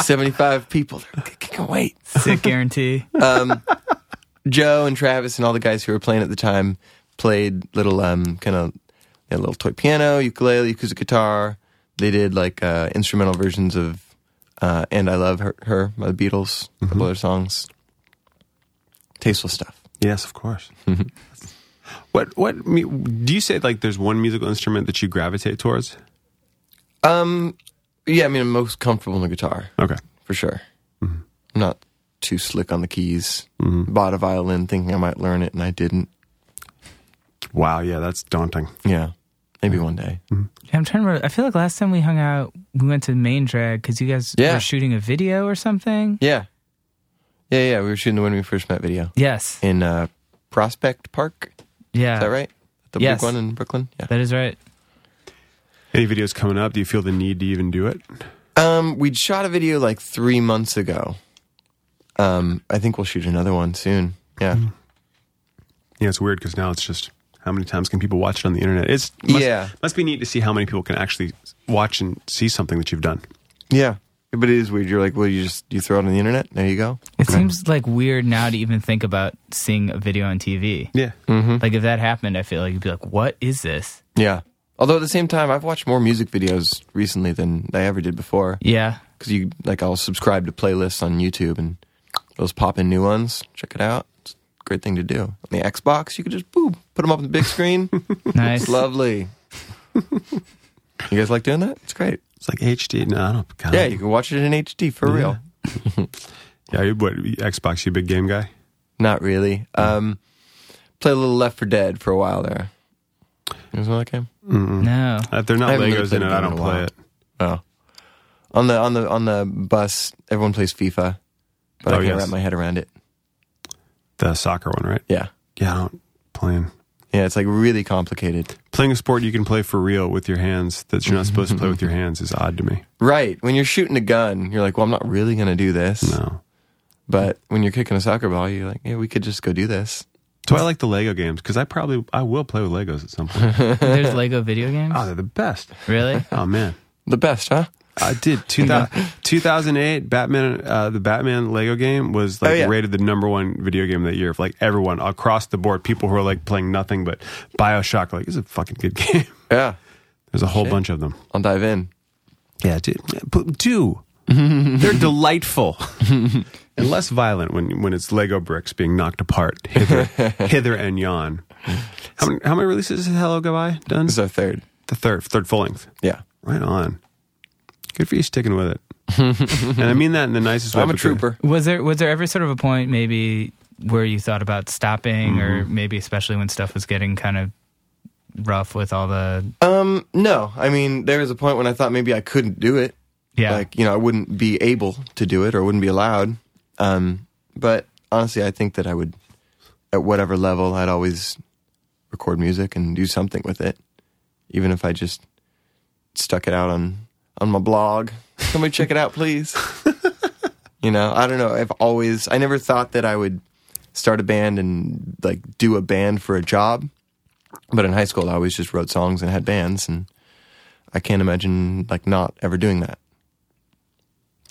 [SPEAKER 6] seventy-five people. They're- c- Can wait.
[SPEAKER 1] Sick guarantee.
[SPEAKER 6] um, Joe and Travis and all the guys who were playing at the time played little um, kind of a little toy piano, ukulele, acoustic guitar. They did like uh, instrumental versions of uh, "And I Love Her,", Her by the Beatles, a couple other songs. Tasteful stuff.
[SPEAKER 2] Yes, of course. what what mu- do you say? Like, there's one musical instrument that you gravitate towards.
[SPEAKER 6] Um, yeah, I mean, I'm most comfortable on the guitar
[SPEAKER 2] Okay.
[SPEAKER 6] for sure. I'm not too slick on the keys. Bought a violin thinking I might learn it, and I didn't.
[SPEAKER 2] Wow. Yeah, that's daunting.
[SPEAKER 6] Yeah, maybe one day.
[SPEAKER 1] I'm trying to remember. I feel like last time we hung out, we went to Main Drag because you guys
[SPEAKER 6] Yeah.
[SPEAKER 1] were shooting a video or something.
[SPEAKER 6] Yeah. Yeah, yeah. We were shooting the when we first met video
[SPEAKER 1] Yes.
[SPEAKER 6] in uh, Prospect Park.
[SPEAKER 1] Yeah.
[SPEAKER 6] Is that right? The
[SPEAKER 1] Uh, Yes.
[SPEAKER 6] big one in Brooklyn. Yeah.
[SPEAKER 1] That is right.
[SPEAKER 2] Any videos coming up? Do you feel the need to even do it?
[SPEAKER 6] Um, we'd shot a video like three months ago. Um, I think we'll shoot another one soon. Yeah.
[SPEAKER 1] Mm.
[SPEAKER 2] Yeah, it's weird because now it's just how many times can people watch it on the internet? It's must,
[SPEAKER 6] Yeah.
[SPEAKER 2] must be neat to see how many people can actually watch and see something that you've done.
[SPEAKER 6] Yeah. But it is weird. You're like, well, you just you throw it on the internet. There you go.
[SPEAKER 1] It seems like weird now to even think about seeing a video on TV.
[SPEAKER 2] Yeah,
[SPEAKER 6] Mm. Mm-hmm.
[SPEAKER 1] Like if that happened, I feel like you'd be like, "What is this?"
[SPEAKER 6] Yeah. Although at the same time, I've watched more music videos recently than I ever did before.
[SPEAKER 1] Yeah,
[SPEAKER 6] Because you like, I'll subscribe to playlists on YouTube and those pop in new ones. Check it out. It's a great thing to do. On the Xbox, you could just boom, put them up on the big screen.
[SPEAKER 1] nice.
[SPEAKER 6] it's lovely. you guys like doing that? It's great.
[SPEAKER 2] it's like HD. No, I don't. God.
[SPEAKER 6] Yeah, you can watch it in HD for real.
[SPEAKER 2] yeah. You, what Xbox? You a big game guy?
[SPEAKER 6] Not really. Um, play a little Left for Dead for a while there. You guys know that game?
[SPEAKER 1] no,
[SPEAKER 2] If Uh, they're not
[SPEAKER 6] I haven't really
[SPEAKER 2] Legos in
[SPEAKER 6] played
[SPEAKER 2] it,
[SPEAKER 6] a
[SPEAKER 2] I
[SPEAKER 6] game in
[SPEAKER 2] don't
[SPEAKER 6] a
[SPEAKER 2] play
[SPEAKER 6] while.
[SPEAKER 2] it.
[SPEAKER 6] Oh. On the on the on the bus, everyone plays FIFA, but
[SPEAKER 2] Oh,
[SPEAKER 6] I can't
[SPEAKER 2] yes.
[SPEAKER 6] wrap my head around it.
[SPEAKER 2] The soccer one, right?
[SPEAKER 6] Yeah,
[SPEAKER 2] Yeah, I don't playing
[SPEAKER 6] yeah, it's like really complicated.
[SPEAKER 2] playing a sport you can play for real with your hands that you're not
[SPEAKER 6] Mm-hmm,
[SPEAKER 2] supposed to play with your hands is odd to me.
[SPEAKER 6] Right when you're shooting a gun, you're like, well, I'm not really gonna do this.
[SPEAKER 2] No.
[SPEAKER 6] But when you're kicking a soccer ball, you're like, yeah, we could just go do this.
[SPEAKER 2] So I like the Lego games because I probably I will play with Legos at some point.
[SPEAKER 1] there's Lego video games.
[SPEAKER 2] oh, they're the best.
[SPEAKER 1] Really?
[SPEAKER 2] Oh man.
[SPEAKER 6] The best, huh?
[SPEAKER 2] I did. 2000, 2008, Batman, uh, the Batman Lego game was like
[SPEAKER 6] Oh, yeah.
[SPEAKER 2] rated the number one video game that year. For, like everyone across the board, people who are like playing nothing but Bioshock, like it's a fucking good game.
[SPEAKER 6] Yeah,
[SPEAKER 2] There's a whole bunch of them.
[SPEAKER 6] I'll dive in.
[SPEAKER 2] Yeah, dude. But do they're delightful and less violent when when it's Lego bricks being knocked apart hither, hither and yon. How many, how many releases has Hello Goodbye done?
[SPEAKER 6] This is our third.
[SPEAKER 2] The third third full length.
[SPEAKER 6] Yeah,
[SPEAKER 2] Right on. Good for you sticking with it. and I mean that in the nicest way.
[SPEAKER 6] I'm a
[SPEAKER 2] because-
[SPEAKER 6] trooper.
[SPEAKER 1] Was there was there ever sort of a point maybe where you thought about stopping, or
[SPEAKER 6] Mm-hmm.
[SPEAKER 1] maybe especially when stuff was getting kind of rough with all the
[SPEAKER 6] Um, no, I mean there was a point when I thought maybe I couldn't do it.
[SPEAKER 1] yeah
[SPEAKER 6] like you know i wouldn't be able to do it or wouldn't be allowed um, but honestly i think that i would at whatever level i'd always record music and do something with it even if i just stuck it out on on my blog somebody check it out please you know i don't know i've always i never thought that i would start a band and like do a band for a job but in high school i always just wrote songs and had bands and i can't imagine like not ever doing that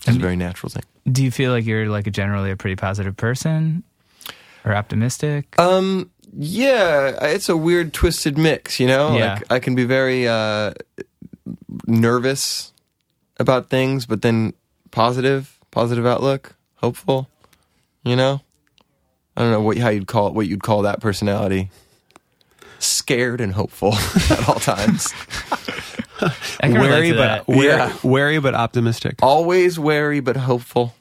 [SPEAKER 6] it's a very natural thing.
[SPEAKER 1] Do you feel like you're like generally a pretty positive person or optimistic?
[SPEAKER 6] Um, yeah, it's a weird, twisted mix. You know,
[SPEAKER 1] Yeah.
[SPEAKER 6] like I can be very uh, nervous about things, but then positive, positive outlook, hopeful. You know, I don't know what how you'd call it, what you'd call that personality. Scared and hopeful at all times.
[SPEAKER 1] I can relate
[SPEAKER 2] Wary
[SPEAKER 1] to that.
[SPEAKER 2] but wary,
[SPEAKER 6] Yeah. Oh.
[SPEAKER 2] wary but optimistic.
[SPEAKER 6] Always wary but hopeful.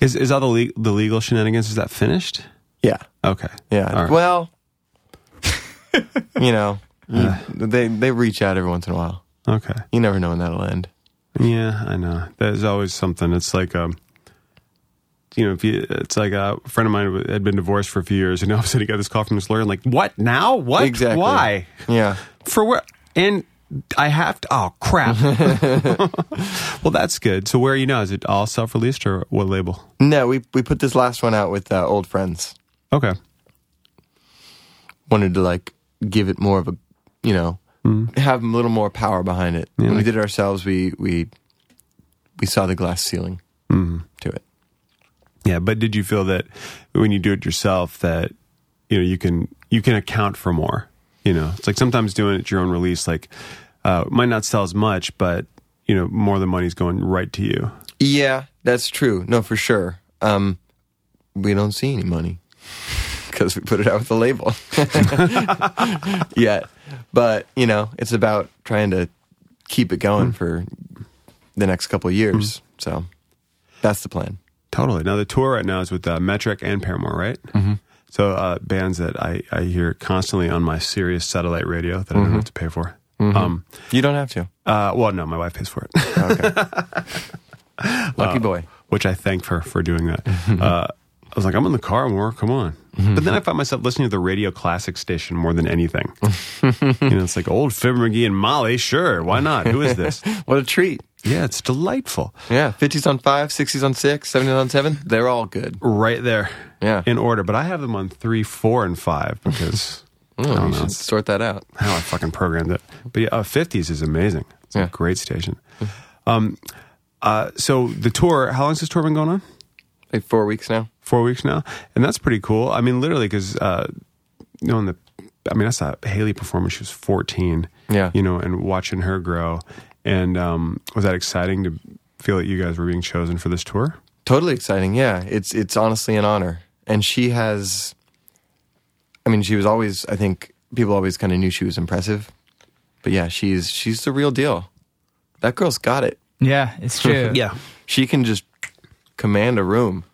[SPEAKER 2] Is is all the le- the legal shenanigans? Is that finished?
[SPEAKER 6] Yeah.
[SPEAKER 2] Okay.
[SPEAKER 6] Yeah.
[SPEAKER 2] All right.
[SPEAKER 6] Well, you know, they they reach out every once in a while.
[SPEAKER 2] Okay.
[SPEAKER 6] You never know when that'll end.
[SPEAKER 2] Yeah, I know. There's always something. It's like um, you know, if you, it's like uh, a friend of mine had been divorced for a few years, and all of a sudden he got this call from his lawyer, and like, what now? What?
[SPEAKER 6] Exactly.
[SPEAKER 2] Why?
[SPEAKER 6] Yeah.
[SPEAKER 2] For what? And I have to. Oh crap. well, that's good. So where are you now? Is it all self released or what label?
[SPEAKER 6] No, we we put this last one out with uh, old friends.
[SPEAKER 2] Okay.
[SPEAKER 6] Wanted to like give it more of a, you know, have a little more power behind it. when we did it ourselves, we we we saw the glass ceiling to it.
[SPEAKER 2] Yeah, but did you feel that when you do it yourself that you know you can you can account for more? You know, it's like sometimes doing it your own release like uh, might not sell as much, but you know more of the money's going right to you.
[SPEAKER 6] Yeah, that's true. No, for sure. Um, we don't see any money because we put it out with the label yet. But you know, it's about trying to keep it going for the next couple of years. So that's the plan.
[SPEAKER 2] Totally. Now the tour right now is with uh, Metric and Paramore, right? Mm-hmm. So uh, bands that I, I hear constantly on my Sirius satellite radio that I don't have to pay for. Um,
[SPEAKER 6] You don't have to.
[SPEAKER 2] uh, well, no, my wife pays for it.
[SPEAKER 6] Lucky boy.
[SPEAKER 2] which I thanked her for doing that.
[SPEAKER 6] Mm-hmm.
[SPEAKER 2] uh, I was like, I'm in the car more. Come on. But then I found myself listening to the radio classic station more than anything. you know, it's like old Fib McGee and Molly. Sure, why not? Who is this?
[SPEAKER 6] What a treat.
[SPEAKER 2] yeah, it's delightful.
[SPEAKER 6] Yeah, 50s on 5, 60s on 6, 70s on 7. They're all good.
[SPEAKER 2] Right there.
[SPEAKER 6] Yeah.
[SPEAKER 2] In order, but I have them on three, four, and five because I
[SPEAKER 6] Oh,
[SPEAKER 2] don't
[SPEAKER 6] you
[SPEAKER 2] know.
[SPEAKER 6] should sort that out.
[SPEAKER 2] how I fucking programmed it. But yeah, uh, 50s is amazing. It's a
[SPEAKER 6] Yeah. Mm-hmm.
[SPEAKER 2] great station. Um, uh, so the tour, how long's this tour been going on?
[SPEAKER 6] Like four weeks now.
[SPEAKER 2] Four weeks now, and that's pretty cool. I mean, literally, because uh, you know, in the, I mean, I saw Haley perform when she was 14.
[SPEAKER 6] Yeah.
[SPEAKER 2] you know, and watching her grow, and um, was that exciting to feel that you guys were being chosen for this tour?
[SPEAKER 6] Totally exciting. Yeah, it's it's honestly an honor. And she has I mean, she was always I think people always kind of knew she was impressive. But yeah, she's she's the real deal. That girl's got it.
[SPEAKER 1] Yeah, it's true.
[SPEAKER 3] Yeah.
[SPEAKER 6] She can just command a room.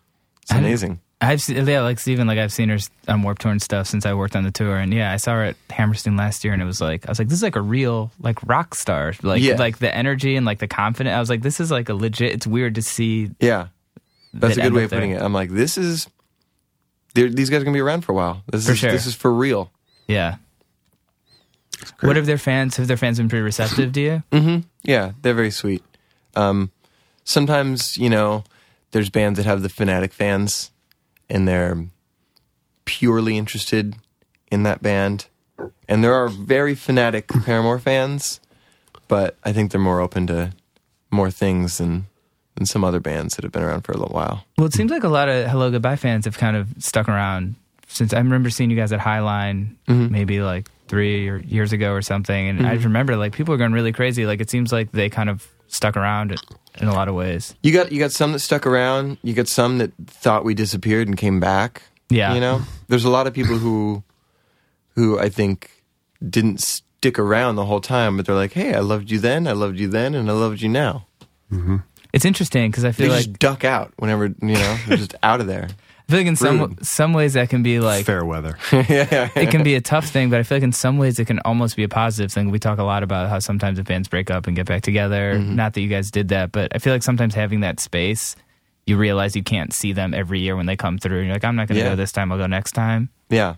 [SPEAKER 6] It's
[SPEAKER 1] I-
[SPEAKER 6] amazing.
[SPEAKER 1] I've se- yeah, like Steven, like I've seen her s- on Warp Tour and stuff since I worked on the tour, and yeah, I saw her at Hammerstein last year, and it was like I was like, this is like a real like rock star, like
[SPEAKER 6] Yeah.
[SPEAKER 1] like the energy and like the confidence. I was like, this is like a legit. It's weird to see.
[SPEAKER 6] Yeah. That's
[SPEAKER 1] that
[SPEAKER 6] a good
[SPEAKER 1] end
[SPEAKER 6] way
[SPEAKER 1] up
[SPEAKER 6] of putting
[SPEAKER 1] there.
[SPEAKER 6] it. I'm like, this is they're- these guys are gonna be around for a while. This
[SPEAKER 1] For
[SPEAKER 6] is
[SPEAKER 1] sure.
[SPEAKER 6] this is for real.
[SPEAKER 1] Yeah. What have their fans? Have their fans been pretty receptive to you?
[SPEAKER 6] Yeah, they're very sweet. Um, sometimes, you know, there's bands that have the fanatic fans and they're purely interested in that band. And there are very fanatic Paramore fans, but I think they're more open to more things than than some other bands that have been around for a little while.
[SPEAKER 1] Well, it seems like a lot of Hello Goodbye fans have kind of stuck around since I remember seeing you guys at Highline
[SPEAKER 6] Mm-hmm.
[SPEAKER 1] maybe like three or years ago or something, and I just remember like people were going really crazy. Like it seems like they kind of stuck around in a lot of ways.
[SPEAKER 6] You got you got some that stuck around, you got some that thought we disappeared and came back.
[SPEAKER 1] Yeah,
[SPEAKER 6] You know, there's a lot of people who, who I think didn't stick around the whole time, but they're like, "Hey, I loved you then, I loved you then, and I loved you now."
[SPEAKER 1] it's interesting because I
[SPEAKER 6] They
[SPEAKER 1] feel like
[SPEAKER 6] just duck out whenever you know, they're just out of there.
[SPEAKER 1] I feel like in some some ways that can be like
[SPEAKER 2] Fair weather.
[SPEAKER 1] it can be a tough thing, but I feel like in some ways it can almost be a positive thing. We talk a lot about how sometimes if bands break up and get back together,
[SPEAKER 6] Mm-hmm.
[SPEAKER 1] not that you guys did that, but I feel like sometimes having that space, you realize you can't see them every year when they come through. And you're like, I'm not going to
[SPEAKER 6] Yeah.
[SPEAKER 1] go this time. I'll go next time.
[SPEAKER 6] Yeah,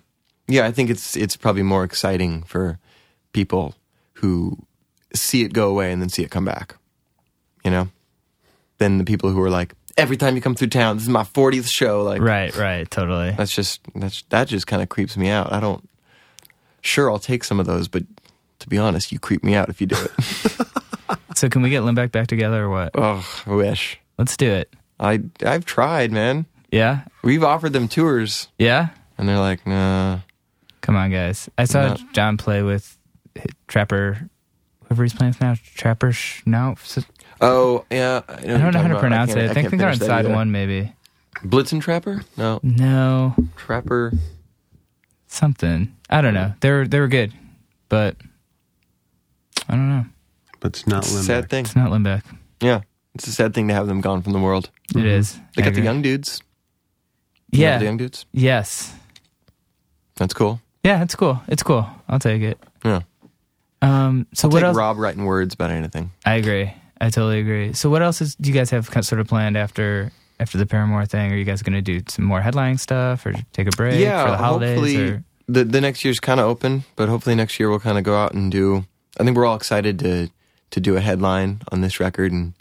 [SPEAKER 6] yeah. I think it's it's probably more exciting for people who see it go away and then see it come back. You know, than the people who are like, "Every time you come through town, this is my 40th show." Like,
[SPEAKER 1] Right, right, totally.
[SPEAKER 6] That's just that's that just kind of creeps me out. I don't. Sure, I'll take some of those, but to be honest, you creep me out if you do it.
[SPEAKER 1] So can we get Limbeck back together or what?
[SPEAKER 6] oh, I wish.
[SPEAKER 1] Let's do it.
[SPEAKER 6] I I've tried, man.
[SPEAKER 1] Yeah,
[SPEAKER 6] We've offered them tours,
[SPEAKER 1] yeah.
[SPEAKER 6] and they're like, nah.
[SPEAKER 1] Come on, guys. I saw
[SPEAKER 6] No.
[SPEAKER 1] John play with Trapper. Whoever he's playing with now, Trapper Schnauf.
[SPEAKER 6] Oh yeah, I,
[SPEAKER 1] I don't know how to pronounce
[SPEAKER 6] can't-
[SPEAKER 1] it. I think,
[SPEAKER 6] can't
[SPEAKER 1] think they're on
[SPEAKER 6] finish that
[SPEAKER 1] side
[SPEAKER 6] either.
[SPEAKER 1] one, maybe.
[SPEAKER 6] Blitz and Trapper? No,
[SPEAKER 1] No,
[SPEAKER 6] Trapper.
[SPEAKER 1] something. I don't know. They were they were good, but I don't know.
[SPEAKER 2] But it's not limited.
[SPEAKER 6] Sad thing.
[SPEAKER 1] It's not Limbeck.
[SPEAKER 6] Yeah, it's a sad thing to have them gone from the world.
[SPEAKER 1] It is.
[SPEAKER 6] Mm-hmm. They
[SPEAKER 1] I
[SPEAKER 6] got the
[SPEAKER 1] agree.
[SPEAKER 6] young dudes. You know
[SPEAKER 1] Yeah.
[SPEAKER 6] the young dudes.
[SPEAKER 1] yes.
[SPEAKER 6] That's cool.
[SPEAKER 1] Yeah. It's cool. It's cool. I'll take it.
[SPEAKER 6] Yeah.
[SPEAKER 1] Um. So what
[SPEAKER 6] Take
[SPEAKER 1] else?
[SPEAKER 6] Rob writing words about anything.
[SPEAKER 1] I agree. I totally agree. So what else is, do you guys have kind of sort of planned after after the Paramore thing? Are you guys going to do some more headlining stuff or take a break
[SPEAKER 6] yeah,
[SPEAKER 1] for the holidays?
[SPEAKER 6] Hopefully,
[SPEAKER 1] or-
[SPEAKER 6] the the next year's kind of open, but hopefully next year we'll kind of go out and do. I think we're all excited to to do a headline on this record and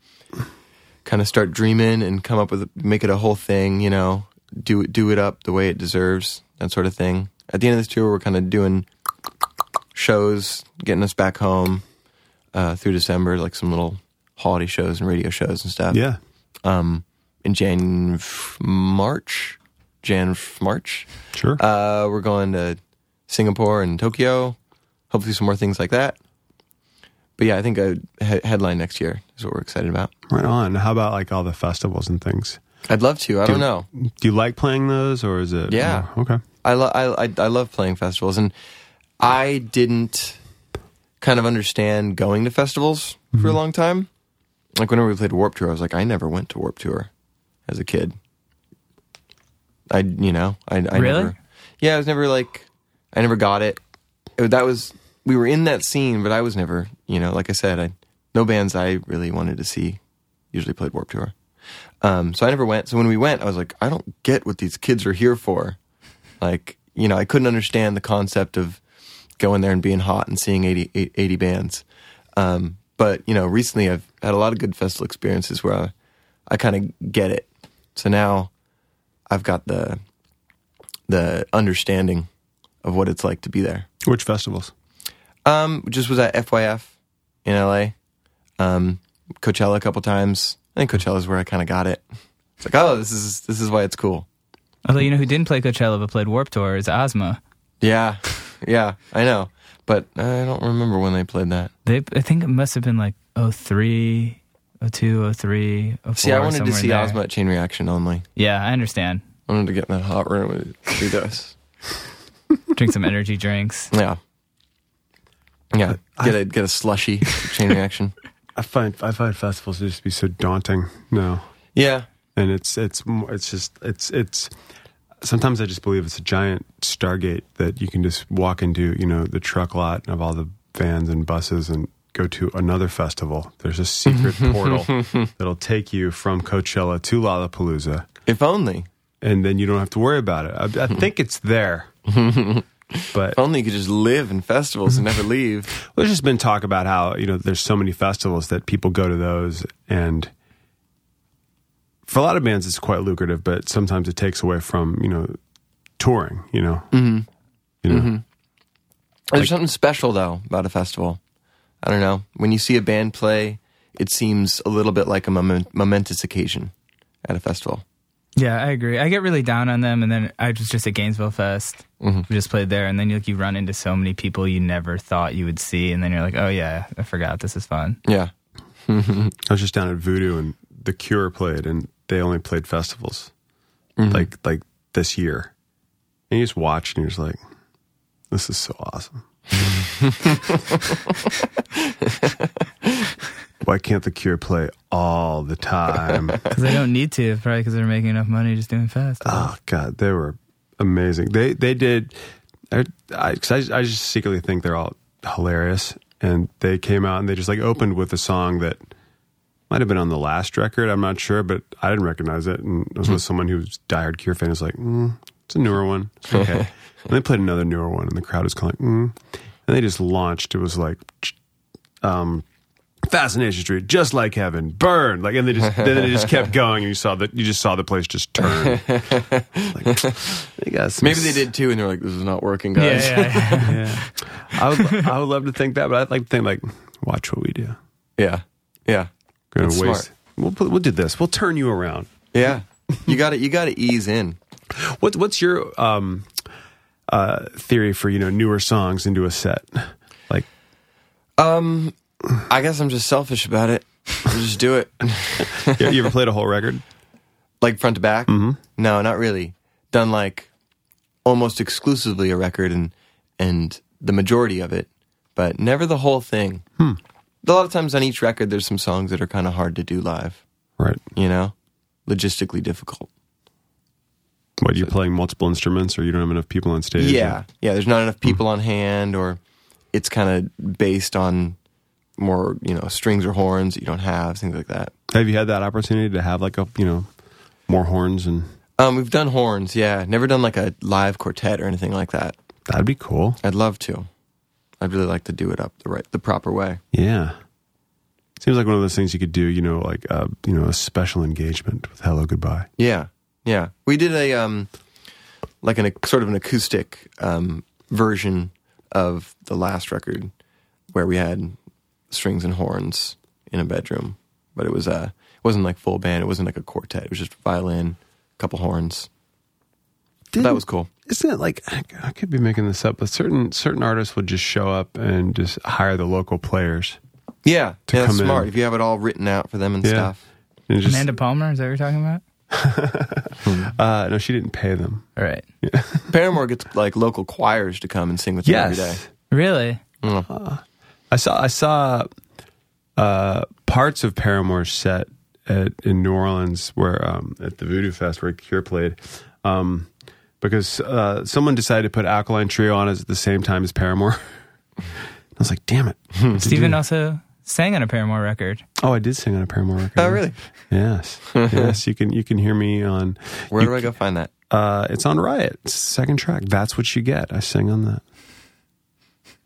[SPEAKER 6] kind of start dreaming and come up with make it a whole thing. You know, do it do it up the way it deserves, that sort of thing. At the end of this tour, we're kind of doing shows, getting us back home uh, through December, like some little holiday shows and radio shows and stuff.
[SPEAKER 2] Yeah.
[SPEAKER 6] Um, in Jan, f- March, Jan, f- March.
[SPEAKER 2] Sure.
[SPEAKER 6] Uh, we're going to Singapore and Tokyo. Hopefully, some more things like that. But yeah, I think a he- headline next year is what we're excited about.
[SPEAKER 2] right on. How about like all the festivals and things?
[SPEAKER 6] I'd love to. I
[SPEAKER 2] Dude.
[SPEAKER 6] don't know.
[SPEAKER 2] Do you like playing those or is it?
[SPEAKER 6] Yeah.
[SPEAKER 2] Oh, okay.
[SPEAKER 6] I, lo- I, I I love playing festivals, and I didn't kind of understand going to festivals for a long time. Like whenever we played Warp Tour, I was like, I never went to Warp Tour as a kid. I you know I, I
[SPEAKER 1] Really?
[SPEAKER 6] never yeah I was never like I never got it. It- That was we were in that scene, but I was never you know like I said I no bands I really wanted to see usually played Warp Tour. Um, so I never went. So when we went, I was like, I don't get what these kids are here for. Like, you know, I couldn't understand the concept of going there and being hot and seeing 80, 80 bands. Um, but, you know, recently I've had a lot of good festival experiences where I, I kind of get it. So now I've got the the understanding of what it's like to be there.
[SPEAKER 2] Which festivals?
[SPEAKER 6] Um, just was at FYF in LA, um, Coachella a couple times. I think Coachella's where I kind of got it. It's like, oh, this is this is why it's cool.
[SPEAKER 1] Although you know who didn't play Coachella but played Warp Tour is Ozma.
[SPEAKER 6] Yeah, yeah, I know, but I don't remember when they played that.
[SPEAKER 1] They, I think it must have been like 03, 02, 03, 04,
[SPEAKER 6] See, I wanted to
[SPEAKER 1] somewhere
[SPEAKER 6] see
[SPEAKER 1] there.
[SPEAKER 6] Ozma at Chain Reaction only.
[SPEAKER 1] Yeah, I understand.
[SPEAKER 6] I wanted to get in that hot room with with you guys.
[SPEAKER 1] Drink some energy drinks.
[SPEAKER 6] Yeah, yeah. Get a get a slushy Chain Reaction.
[SPEAKER 2] I find I find festivals to just be so daunting now,
[SPEAKER 6] Yeah,
[SPEAKER 2] and it's it's m- it's just it's it's. Sometimes I just believe it's a giant stargate that you can just walk into, you know, the truck lot of all the vans and buses and go to another festival. There's a secret portal that'll take you from Coachella to Lollapalooza,
[SPEAKER 6] if only.
[SPEAKER 2] and then you don't have to worry about it. I, I think it's there, but
[SPEAKER 6] If only you could just live in festivals and never leave.
[SPEAKER 2] Well, there's just been talk about how you know there's so many festivals that people go to those, and for a lot of bands it's quite lucrative, but sometimes it takes away from you know touring. You know, you know,
[SPEAKER 6] There's something special though about a festival. I don't know. When you see a band play, it seems a little bit like a moment, momentous occasion at a festival.
[SPEAKER 1] Yeah, I agree. I get really down on them, and then I was just at Gainesville Fest.
[SPEAKER 6] Mm-hmm.
[SPEAKER 1] We just played there, and then you like you run into so many people you never thought you would see, and then you're like, oh yeah, I forgot this is fun.
[SPEAKER 6] Yeah.
[SPEAKER 2] I was just down at Voodoo and The Cure played, and they only played festivals like like this year, and you just watch and you're just like, this is so awesome. Why can't The Cure play all the time?
[SPEAKER 1] Because they don't need to, probably because they're making enough money just doing fast.
[SPEAKER 2] Oh God, they were amazing. They they did. I, I, 'cause I I just secretly think they're all hilarious, and they came out and they just like opened with a song that might have been on the last record. I'm not sure, but I didn't recognize it, and
[SPEAKER 6] Hmm.
[SPEAKER 2] I was with someone who was diehard Cure fan. It's like mm, it's a newer one. It's okay, and they played another newer one, and the crowd was kind of like, mm. and they just launched. It was like. Um, Fascination Street, just like heaven, burn like, and they just then they just kept going, and you saw that you just saw the place just turn. Like, they got some
[SPEAKER 6] Maybe they did too, and they're like, "This is not working, guys."
[SPEAKER 1] yeah.
[SPEAKER 2] Yeah. I would, I would love to think that, but I'd like to think like, watch what we do.
[SPEAKER 6] yeah, yeah,
[SPEAKER 2] We're gonna
[SPEAKER 6] That's
[SPEAKER 2] waste.
[SPEAKER 6] smart.
[SPEAKER 2] We'll put, we'll do this. We'll turn you around.
[SPEAKER 6] yeah. you got to You got to ease in.
[SPEAKER 2] What what's your um, uh, theory for you know newer songs into a set? Like
[SPEAKER 6] Um, I guess I'm just selfish about it. I just do it,
[SPEAKER 2] you, you ever played a whole record?
[SPEAKER 6] like front to back. No, not really. Done like almost exclusively a record, and and the majority of it, but never the whole thing. A lot of times on each record, there's some songs that are kind of hard to do live.
[SPEAKER 2] Right.
[SPEAKER 6] You know, logistically difficult.
[SPEAKER 2] What you playing multiple instruments, or you don't have enough people on stage?
[SPEAKER 6] Yeah, yeah. There's not enough people on hand, or it's kind of based on more, you know, strings or horns that you don't have, things like that.
[SPEAKER 2] Have you had that opportunity to have like a you know more horns and
[SPEAKER 6] Um, we've done horns, yeah. Never done like a live quartet or anything like that.
[SPEAKER 2] that'd be cool.
[SPEAKER 6] I'd love to. I'd really like to do it up the right, the proper way.
[SPEAKER 2] Yeah. Seems like one of those things you could do, you know, like uh, you know, a special engagement with "Hello Goodbye."
[SPEAKER 6] Yeah, yeah. We did a um, like an ac- sort of an acoustic um version of the last record where we had strings and horns in a bedroom, but it was uh, it wasn't like full band. It wasn't like a quartet. It was just violin, couple horns. But that
[SPEAKER 2] Didn't-
[SPEAKER 6] was cool.
[SPEAKER 2] isn't it like I could be making this up, but certain certain artists would just show up and just hire the local players
[SPEAKER 6] Yeah,
[SPEAKER 2] To
[SPEAKER 6] yeah, that's
[SPEAKER 2] come in.
[SPEAKER 6] smart. If you have it all written out for them and
[SPEAKER 2] Yeah.
[SPEAKER 6] stuff.
[SPEAKER 2] and just
[SPEAKER 1] Amanda Palmer, is that what you're talking about?
[SPEAKER 2] uh, no, she didn't pay them.
[SPEAKER 1] All right.
[SPEAKER 6] Paramore gets like local choirs to come and sing with them every day.
[SPEAKER 1] Really?
[SPEAKER 2] I saw I saw uh, parts of Paramore's set at, in New Orleans where um, at the Voodoo Fest where Cure played. Um, because uh, someone decided to put
[SPEAKER 6] Mm-hmm.
[SPEAKER 2] Alkaline Trio on as at the same time as Paramore. I was like, damn it.
[SPEAKER 1] Steven also sang on a Paramore record.
[SPEAKER 2] Oh, I did sing on a Paramore record.
[SPEAKER 6] Oh, really?
[SPEAKER 2] Yes. yes. You can you can hear me on.
[SPEAKER 6] Where
[SPEAKER 2] you
[SPEAKER 6] do I go find that?
[SPEAKER 2] Uh, it's on Riot. It's the second track. That's what you get. I sing on that.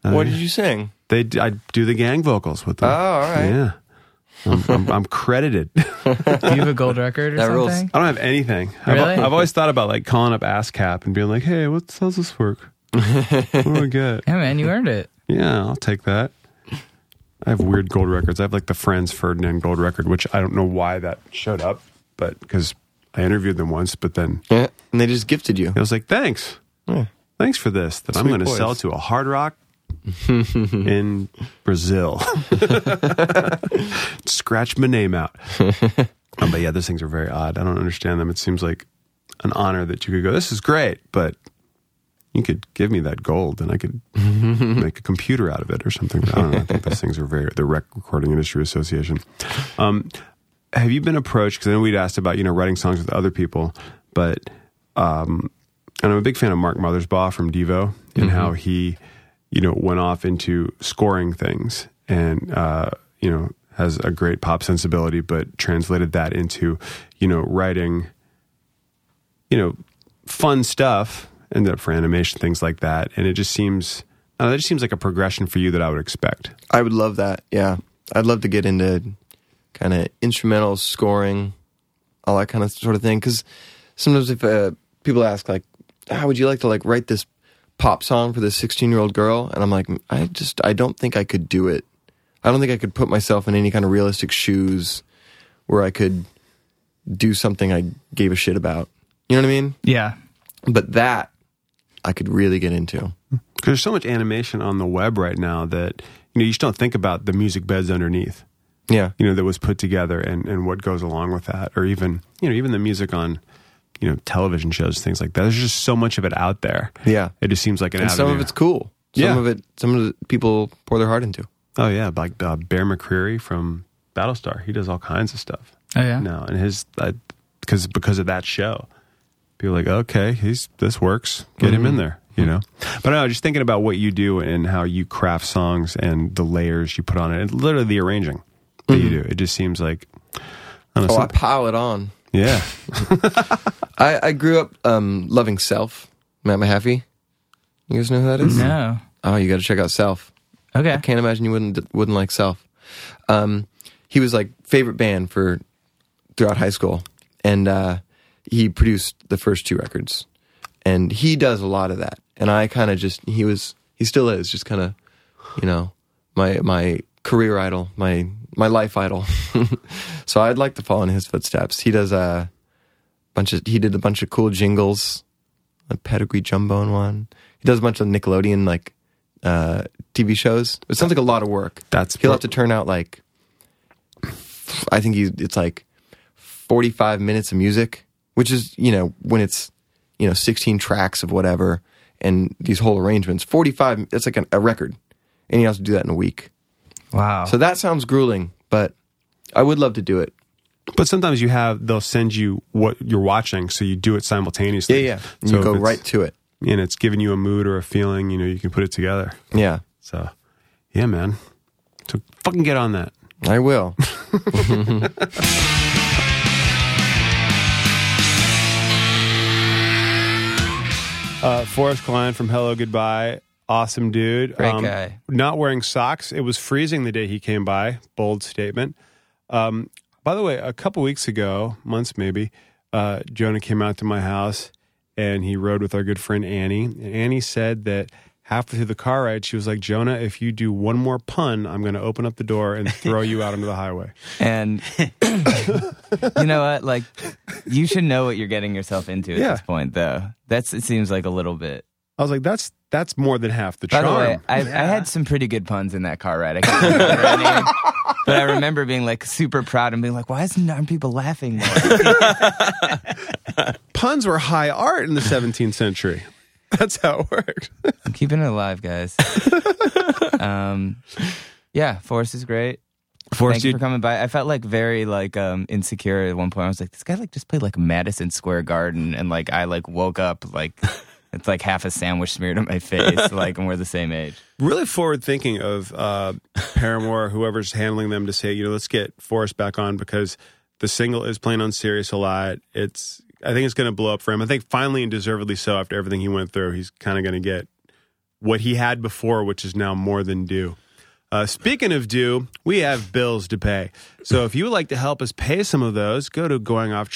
[SPEAKER 2] I-
[SPEAKER 6] What did you sing?
[SPEAKER 2] They d- I do the gang vocals with them.
[SPEAKER 6] Oh, all right.
[SPEAKER 2] Yeah. I'm, I'm, I'm credited. I
[SPEAKER 1] Do you have a gold record or
[SPEAKER 6] That rules.
[SPEAKER 1] something?
[SPEAKER 2] don't have anything.
[SPEAKER 1] Really?
[SPEAKER 2] I've, I've always thought about like calling up ASCAP and being like, "Hey, what how's this work? what do I get?"
[SPEAKER 1] Yeah, man, you earned it.
[SPEAKER 2] Yeah, I'll take that. I have weird gold records. I have like the Franz Ferdinand gold record, which I don't know why that showed up, but because I interviewed them once, but then
[SPEAKER 6] Yeah. And they just gifted you.
[SPEAKER 2] it was like, thanks. Thanks for this that I'm
[SPEAKER 6] Sweet
[SPEAKER 2] going to
[SPEAKER 6] boys.
[SPEAKER 2] sell to a hard rock in Brazil. Scratch my name out. Um, but yeah, those things are very odd. I don't understand them. It seems like an honor that you could go, this is great, but you could give me that gold and I could make a computer out of it or something. I don't know. I think those things are very, the Rec Recording Industry Association. Um, have you been approached? Because I know we'd asked about, you know, writing songs with other people, but and I'm a big fan of Mark Mothersbaugh from Devo and how he, you know, went off into scoring things and, uh, you know, has a great pop sensibility, but translated that into, you know, writing, you know, fun stuff, ended up for animation, things like that. And it just seems, I don't know, that just seems like a progression for you that I would expect.
[SPEAKER 6] I would love that. Yeah. I'd love to get into kind of instrumental scoring, all that kind of sort of thing. Because sometimes if uh, people ask, like, how would you like to like write this pop song for this 16 year old girl? And I'm like, I just, I don't think I could do it. I don't think I could put myself in any kind of realistic shoes where I could do something I gave a shit about. You know what I mean?
[SPEAKER 1] Yeah.
[SPEAKER 6] But that I could really get into.
[SPEAKER 2] Because there's so much animation on the web right now that, you know, you just don't think about the music beds underneath.
[SPEAKER 6] Yeah.
[SPEAKER 2] you know that was put together and, and what goes along with that or even you know even the music on you know television shows things like that there's just so much of it out there
[SPEAKER 6] Yeah.
[SPEAKER 2] it just seems like an
[SPEAKER 6] and
[SPEAKER 2] avenue
[SPEAKER 6] some of it's cool. Some
[SPEAKER 2] Yeah.
[SPEAKER 6] of it, some of the people pour their heart into.
[SPEAKER 2] oh yeah like uh, bear mccreary from battlestar he does all kinds of stuff
[SPEAKER 1] Oh yeah.
[SPEAKER 2] now and his because because of that show people are like okay he's this works get him
[SPEAKER 6] Mm-hmm.
[SPEAKER 2] in there you know but i know just thinking about what you do and how you craft songs and the layers you put on it and literally the arranging that
[SPEAKER 6] Mm-hmm.
[SPEAKER 2] you do it just seems like I don't know,
[SPEAKER 6] Oh, I
[SPEAKER 2] some-
[SPEAKER 6] pile it on.
[SPEAKER 2] yeah
[SPEAKER 6] I, I grew up um, loving Self, Matt Mahaffey. You guys know who that is?
[SPEAKER 1] No.
[SPEAKER 6] Oh, you got to check out Self.
[SPEAKER 1] Okay.
[SPEAKER 6] I can't imagine you wouldn't wouldn't like Self. Um, he was like favorite band for throughout high school, and uh, he produced the first two records, and he does a lot of that. And I kind of just he was he still is just kind of you know my my career idol, my my life idol. so I'd like to follow in his footsteps. He does a bunch of he did a bunch of cool jingles, a pedigree jumbo and one. He does a bunch of Nickelodeon like uh, TV shows. It sounds like a lot of work.
[SPEAKER 2] That's
[SPEAKER 6] he'll
[SPEAKER 2] pro-
[SPEAKER 6] have to turn out like I think he's it's like forty five minutes of music, which is you know when it's you know sixteen tracks of whatever and these whole arrangements. Forty five that's like an, a record, and he has to do that in a week.
[SPEAKER 1] Wow.
[SPEAKER 6] So that sounds grueling, but I would love to do it.
[SPEAKER 2] But sometimes you have they'll send you what you're watching, so you do it simultaneously.
[SPEAKER 6] And
[SPEAKER 2] So
[SPEAKER 6] you
[SPEAKER 2] if
[SPEAKER 6] go
[SPEAKER 2] it's-
[SPEAKER 6] right to it.
[SPEAKER 2] and it's giving you a mood or a feeling. You know, you can put it together.
[SPEAKER 6] Yeah,
[SPEAKER 2] So, yeah, man. So fucking get on that.
[SPEAKER 6] I will.
[SPEAKER 2] Uh, Forrest Klein from Hello Goodbye, awesome dude. Um,
[SPEAKER 1] Great guy.
[SPEAKER 2] Not wearing socks. It was freezing the day he came by. Bold statement. Um, by the way, a couple weeks ago, months maybe, uh, Jonah came out to my house and he rode with our good friend Annie. And Annie said that halfway through the car ride, she was like, "Jonah, if you do one more pun, I'm going to open up the door and throw you out onto the highway."
[SPEAKER 5] And you know what? Like, you should know what you're getting yourself into at
[SPEAKER 2] Yeah.
[SPEAKER 5] this point, though. That's it seems like a little bit.
[SPEAKER 2] I was like, "That's that's more than half the
[SPEAKER 5] By
[SPEAKER 2] charm."
[SPEAKER 5] the way, I, I had some pretty good puns in that car ride. I can't remember any, but I remember being like super proud and being like, "Why isn't aren't people laughing more?"
[SPEAKER 2] Puns were high art in the 17th century. That's how it worked.
[SPEAKER 5] I'm keeping it alive, guys. um, yeah, Forrest is great. Thank you for coming by. I felt like very like um insecure at one point. I was like, this guy like just played like Madison Square Garden, and like I like woke up like
[SPEAKER 1] It's like half a sandwich smeared on my face, like, and we're the same age.
[SPEAKER 2] Really forward thinking of uh, Paramore, whoever's handling them, to say, you know, let's get Forrest back on because the single is playing on Sirius a lot. It's, I think it's going to blow up for him. I think finally and deservedly so after everything he went through, he's kind of going to get what he had before, which is now more than due. Uh, speaking of due, we have bills to pay. So if you would like to help us pay some of those, go to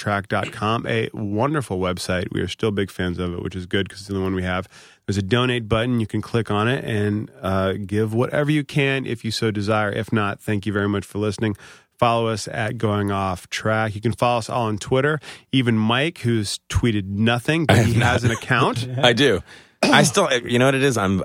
[SPEAKER 2] goingofftrack.com, a wonderful website. We are still big fans of it, which is good because it's the one we have. There's a donate button. You can click on it and uh, give whatever you can if you so desire. If not, thank you very much for listening. Follow us at Going Off Track. You can follow us all on Twitter. Even Mike, who's tweeted nothing, but he has an account.
[SPEAKER 3] I do. I still, you know what it is? I'm,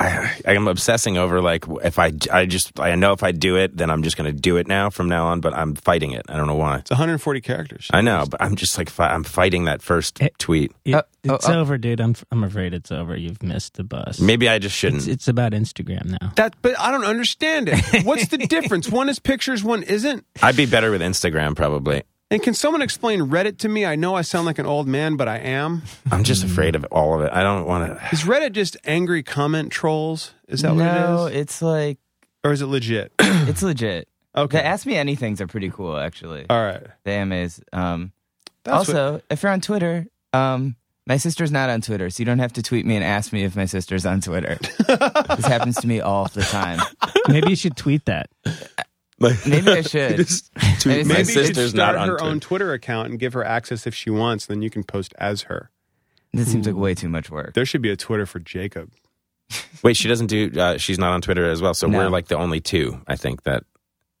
[SPEAKER 3] I, I'm obsessing over like if I, I just, I know if I do it, then I'm just going to do it now from now on. But I'm fighting it. I don't know why.
[SPEAKER 2] It's 140 characters.
[SPEAKER 3] I know, but I'm just like fi- I'm fighting that first
[SPEAKER 1] Eh.
[SPEAKER 4] It-
[SPEAKER 3] tweet.
[SPEAKER 4] It-
[SPEAKER 7] Uh, oh,
[SPEAKER 4] it's
[SPEAKER 7] oh.
[SPEAKER 4] over, dude. I'm I'm afraid it's over. You've missed the bus.
[SPEAKER 3] Maybe I just shouldn't.
[SPEAKER 4] it's, it's about Instagram now.
[SPEAKER 2] That, but I don't understand it. What's the difference? One is pictures, one isn't.
[SPEAKER 3] I'd be better with Instagram probably.
[SPEAKER 2] And can someone explain Reddit to me? I know I sound like an old man, but I am.
[SPEAKER 3] I'm just
[SPEAKER 1] Mm.
[SPEAKER 3] afraid of all of it. I don't want to.
[SPEAKER 2] Is Reddit just angry comment trolls? Is that
[SPEAKER 1] no,
[SPEAKER 2] what it is?
[SPEAKER 1] it's like
[SPEAKER 2] Or is it legit?
[SPEAKER 1] it's legit.
[SPEAKER 2] Okay.
[SPEAKER 1] The Ask Me Anythings are pretty cool, actually.
[SPEAKER 2] All right.
[SPEAKER 1] The AMAs. Um,
[SPEAKER 2] That's what-
[SPEAKER 1] also, if you're on Twitter, um, my sister's not on Twitter, so you don't have to tweet me and ask me if my sister's on Twitter. this happens to me all the time.
[SPEAKER 4] Maybe you should tweet that.
[SPEAKER 1] Maybe I should.
[SPEAKER 3] Just
[SPEAKER 1] Maybe
[SPEAKER 3] tweet, my
[SPEAKER 1] you
[SPEAKER 2] Maybe you should
[SPEAKER 3] sister's not
[SPEAKER 2] start
[SPEAKER 3] on
[SPEAKER 2] her
[SPEAKER 3] Twitter.
[SPEAKER 2] own Twitter account and give her access if she wants, then you can post as her.
[SPEAKER 1] This seems like way too much work.
[SPEAKER 2] There should be a Twitter for Jacob.
[SPEAKER 3] Wait, she doesn't do. Uh, she's not on Twitter as well. So
[SPEAKER 1] No.
[SPEAKER 3] we're like the only two. I think that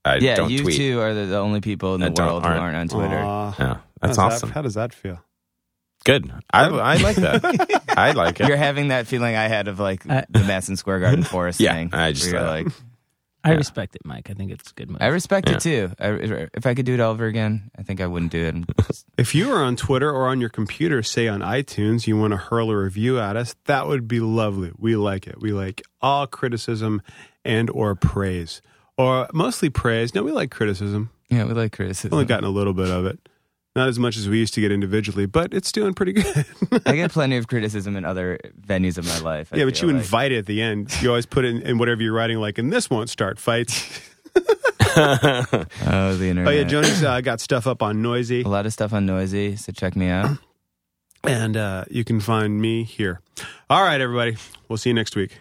[SPEAKER 3] I
[SPEAKER 1] yeah,
[SPEAKER 3] don't
[SPEAKER 1] you
[SPEAKER 3] tweet.
[SPEAKER 1] two are the, the only people in the
[SPEAKER 3] That don't-
[SPEAKER 1] world who
[SPEAKER 3] aren't.
[SPEAKER 1] aren't on Twitter.
[SPEAKER 2] Aw.
[SPEAKER 3] Yeah,
[SPEAKER 2] How
[SPEAKER 3] that's
[SPEAKER 2] does that-
[SPEAKER 3] awesome.
[SPEAKER 2] how does that feel?
[SPEAKER 3] Good. I, I like that. I like it.
[SPEAKER 1] You're having that feeling I had of like
[SPEAKER 4] I-
[SPEAKER 1] the Madison Square Garden forest
[SPEAKER 3] Yeah,
[SPEAKER 1] thing.
[SPEAKER 3] I just uh,
[SPEAKER 1] where you're
[SPEAKER 3] thought-
[SPEAKER 1] like,
[SPEAKER 4] I
[SPEAKER 3] Yeah.
[SPEAKER 4] respect it, Mike. I think it's a good move.
[SPEAKER 1] I respect
[SPEAKER 3] Yeah.
[SPEAKER 1] it too. I, if I could do it all over again, I think I wouldn't do it. I'm just-
[SPEAKER 2] If you were on Twitter or on your computer, say on iTunes, you want to hurl a review at us, that would be lovely. We like it. We like all criticism and or praise. Or mostly praise. No, we like criticism.
[SPEAKER 1] yeah, we like
[SPEAKER 2] We've only
[SPEAKER 1] criticism.
[SPEAKER 2] gotten a little bit of it. Not as much as we used to get individually, but it's doing pretty good.
[SPEAKER 1] I get plenty of criticism in other venues of my life. I
[SPEAKER 2] yeah, but you
[SPEAKER 1] feel like.
[SPEAKER 2] invite it at the end. You always put in, in whatever you're writing, like, and this won't start fights.
[SPEAKER 1] Oh, the
[SPEAKER 2] Oh,
[SPEAKER 1] internet.
[SPEAKER 2] yeah, Jonas uh, got stuff up on Noisy.
[SPEAKER 1] A lot of stuff on Noisy, so check me out.
[SPEAKER 2] And uh, you can find me here. All right, everybody. We'll see you next week.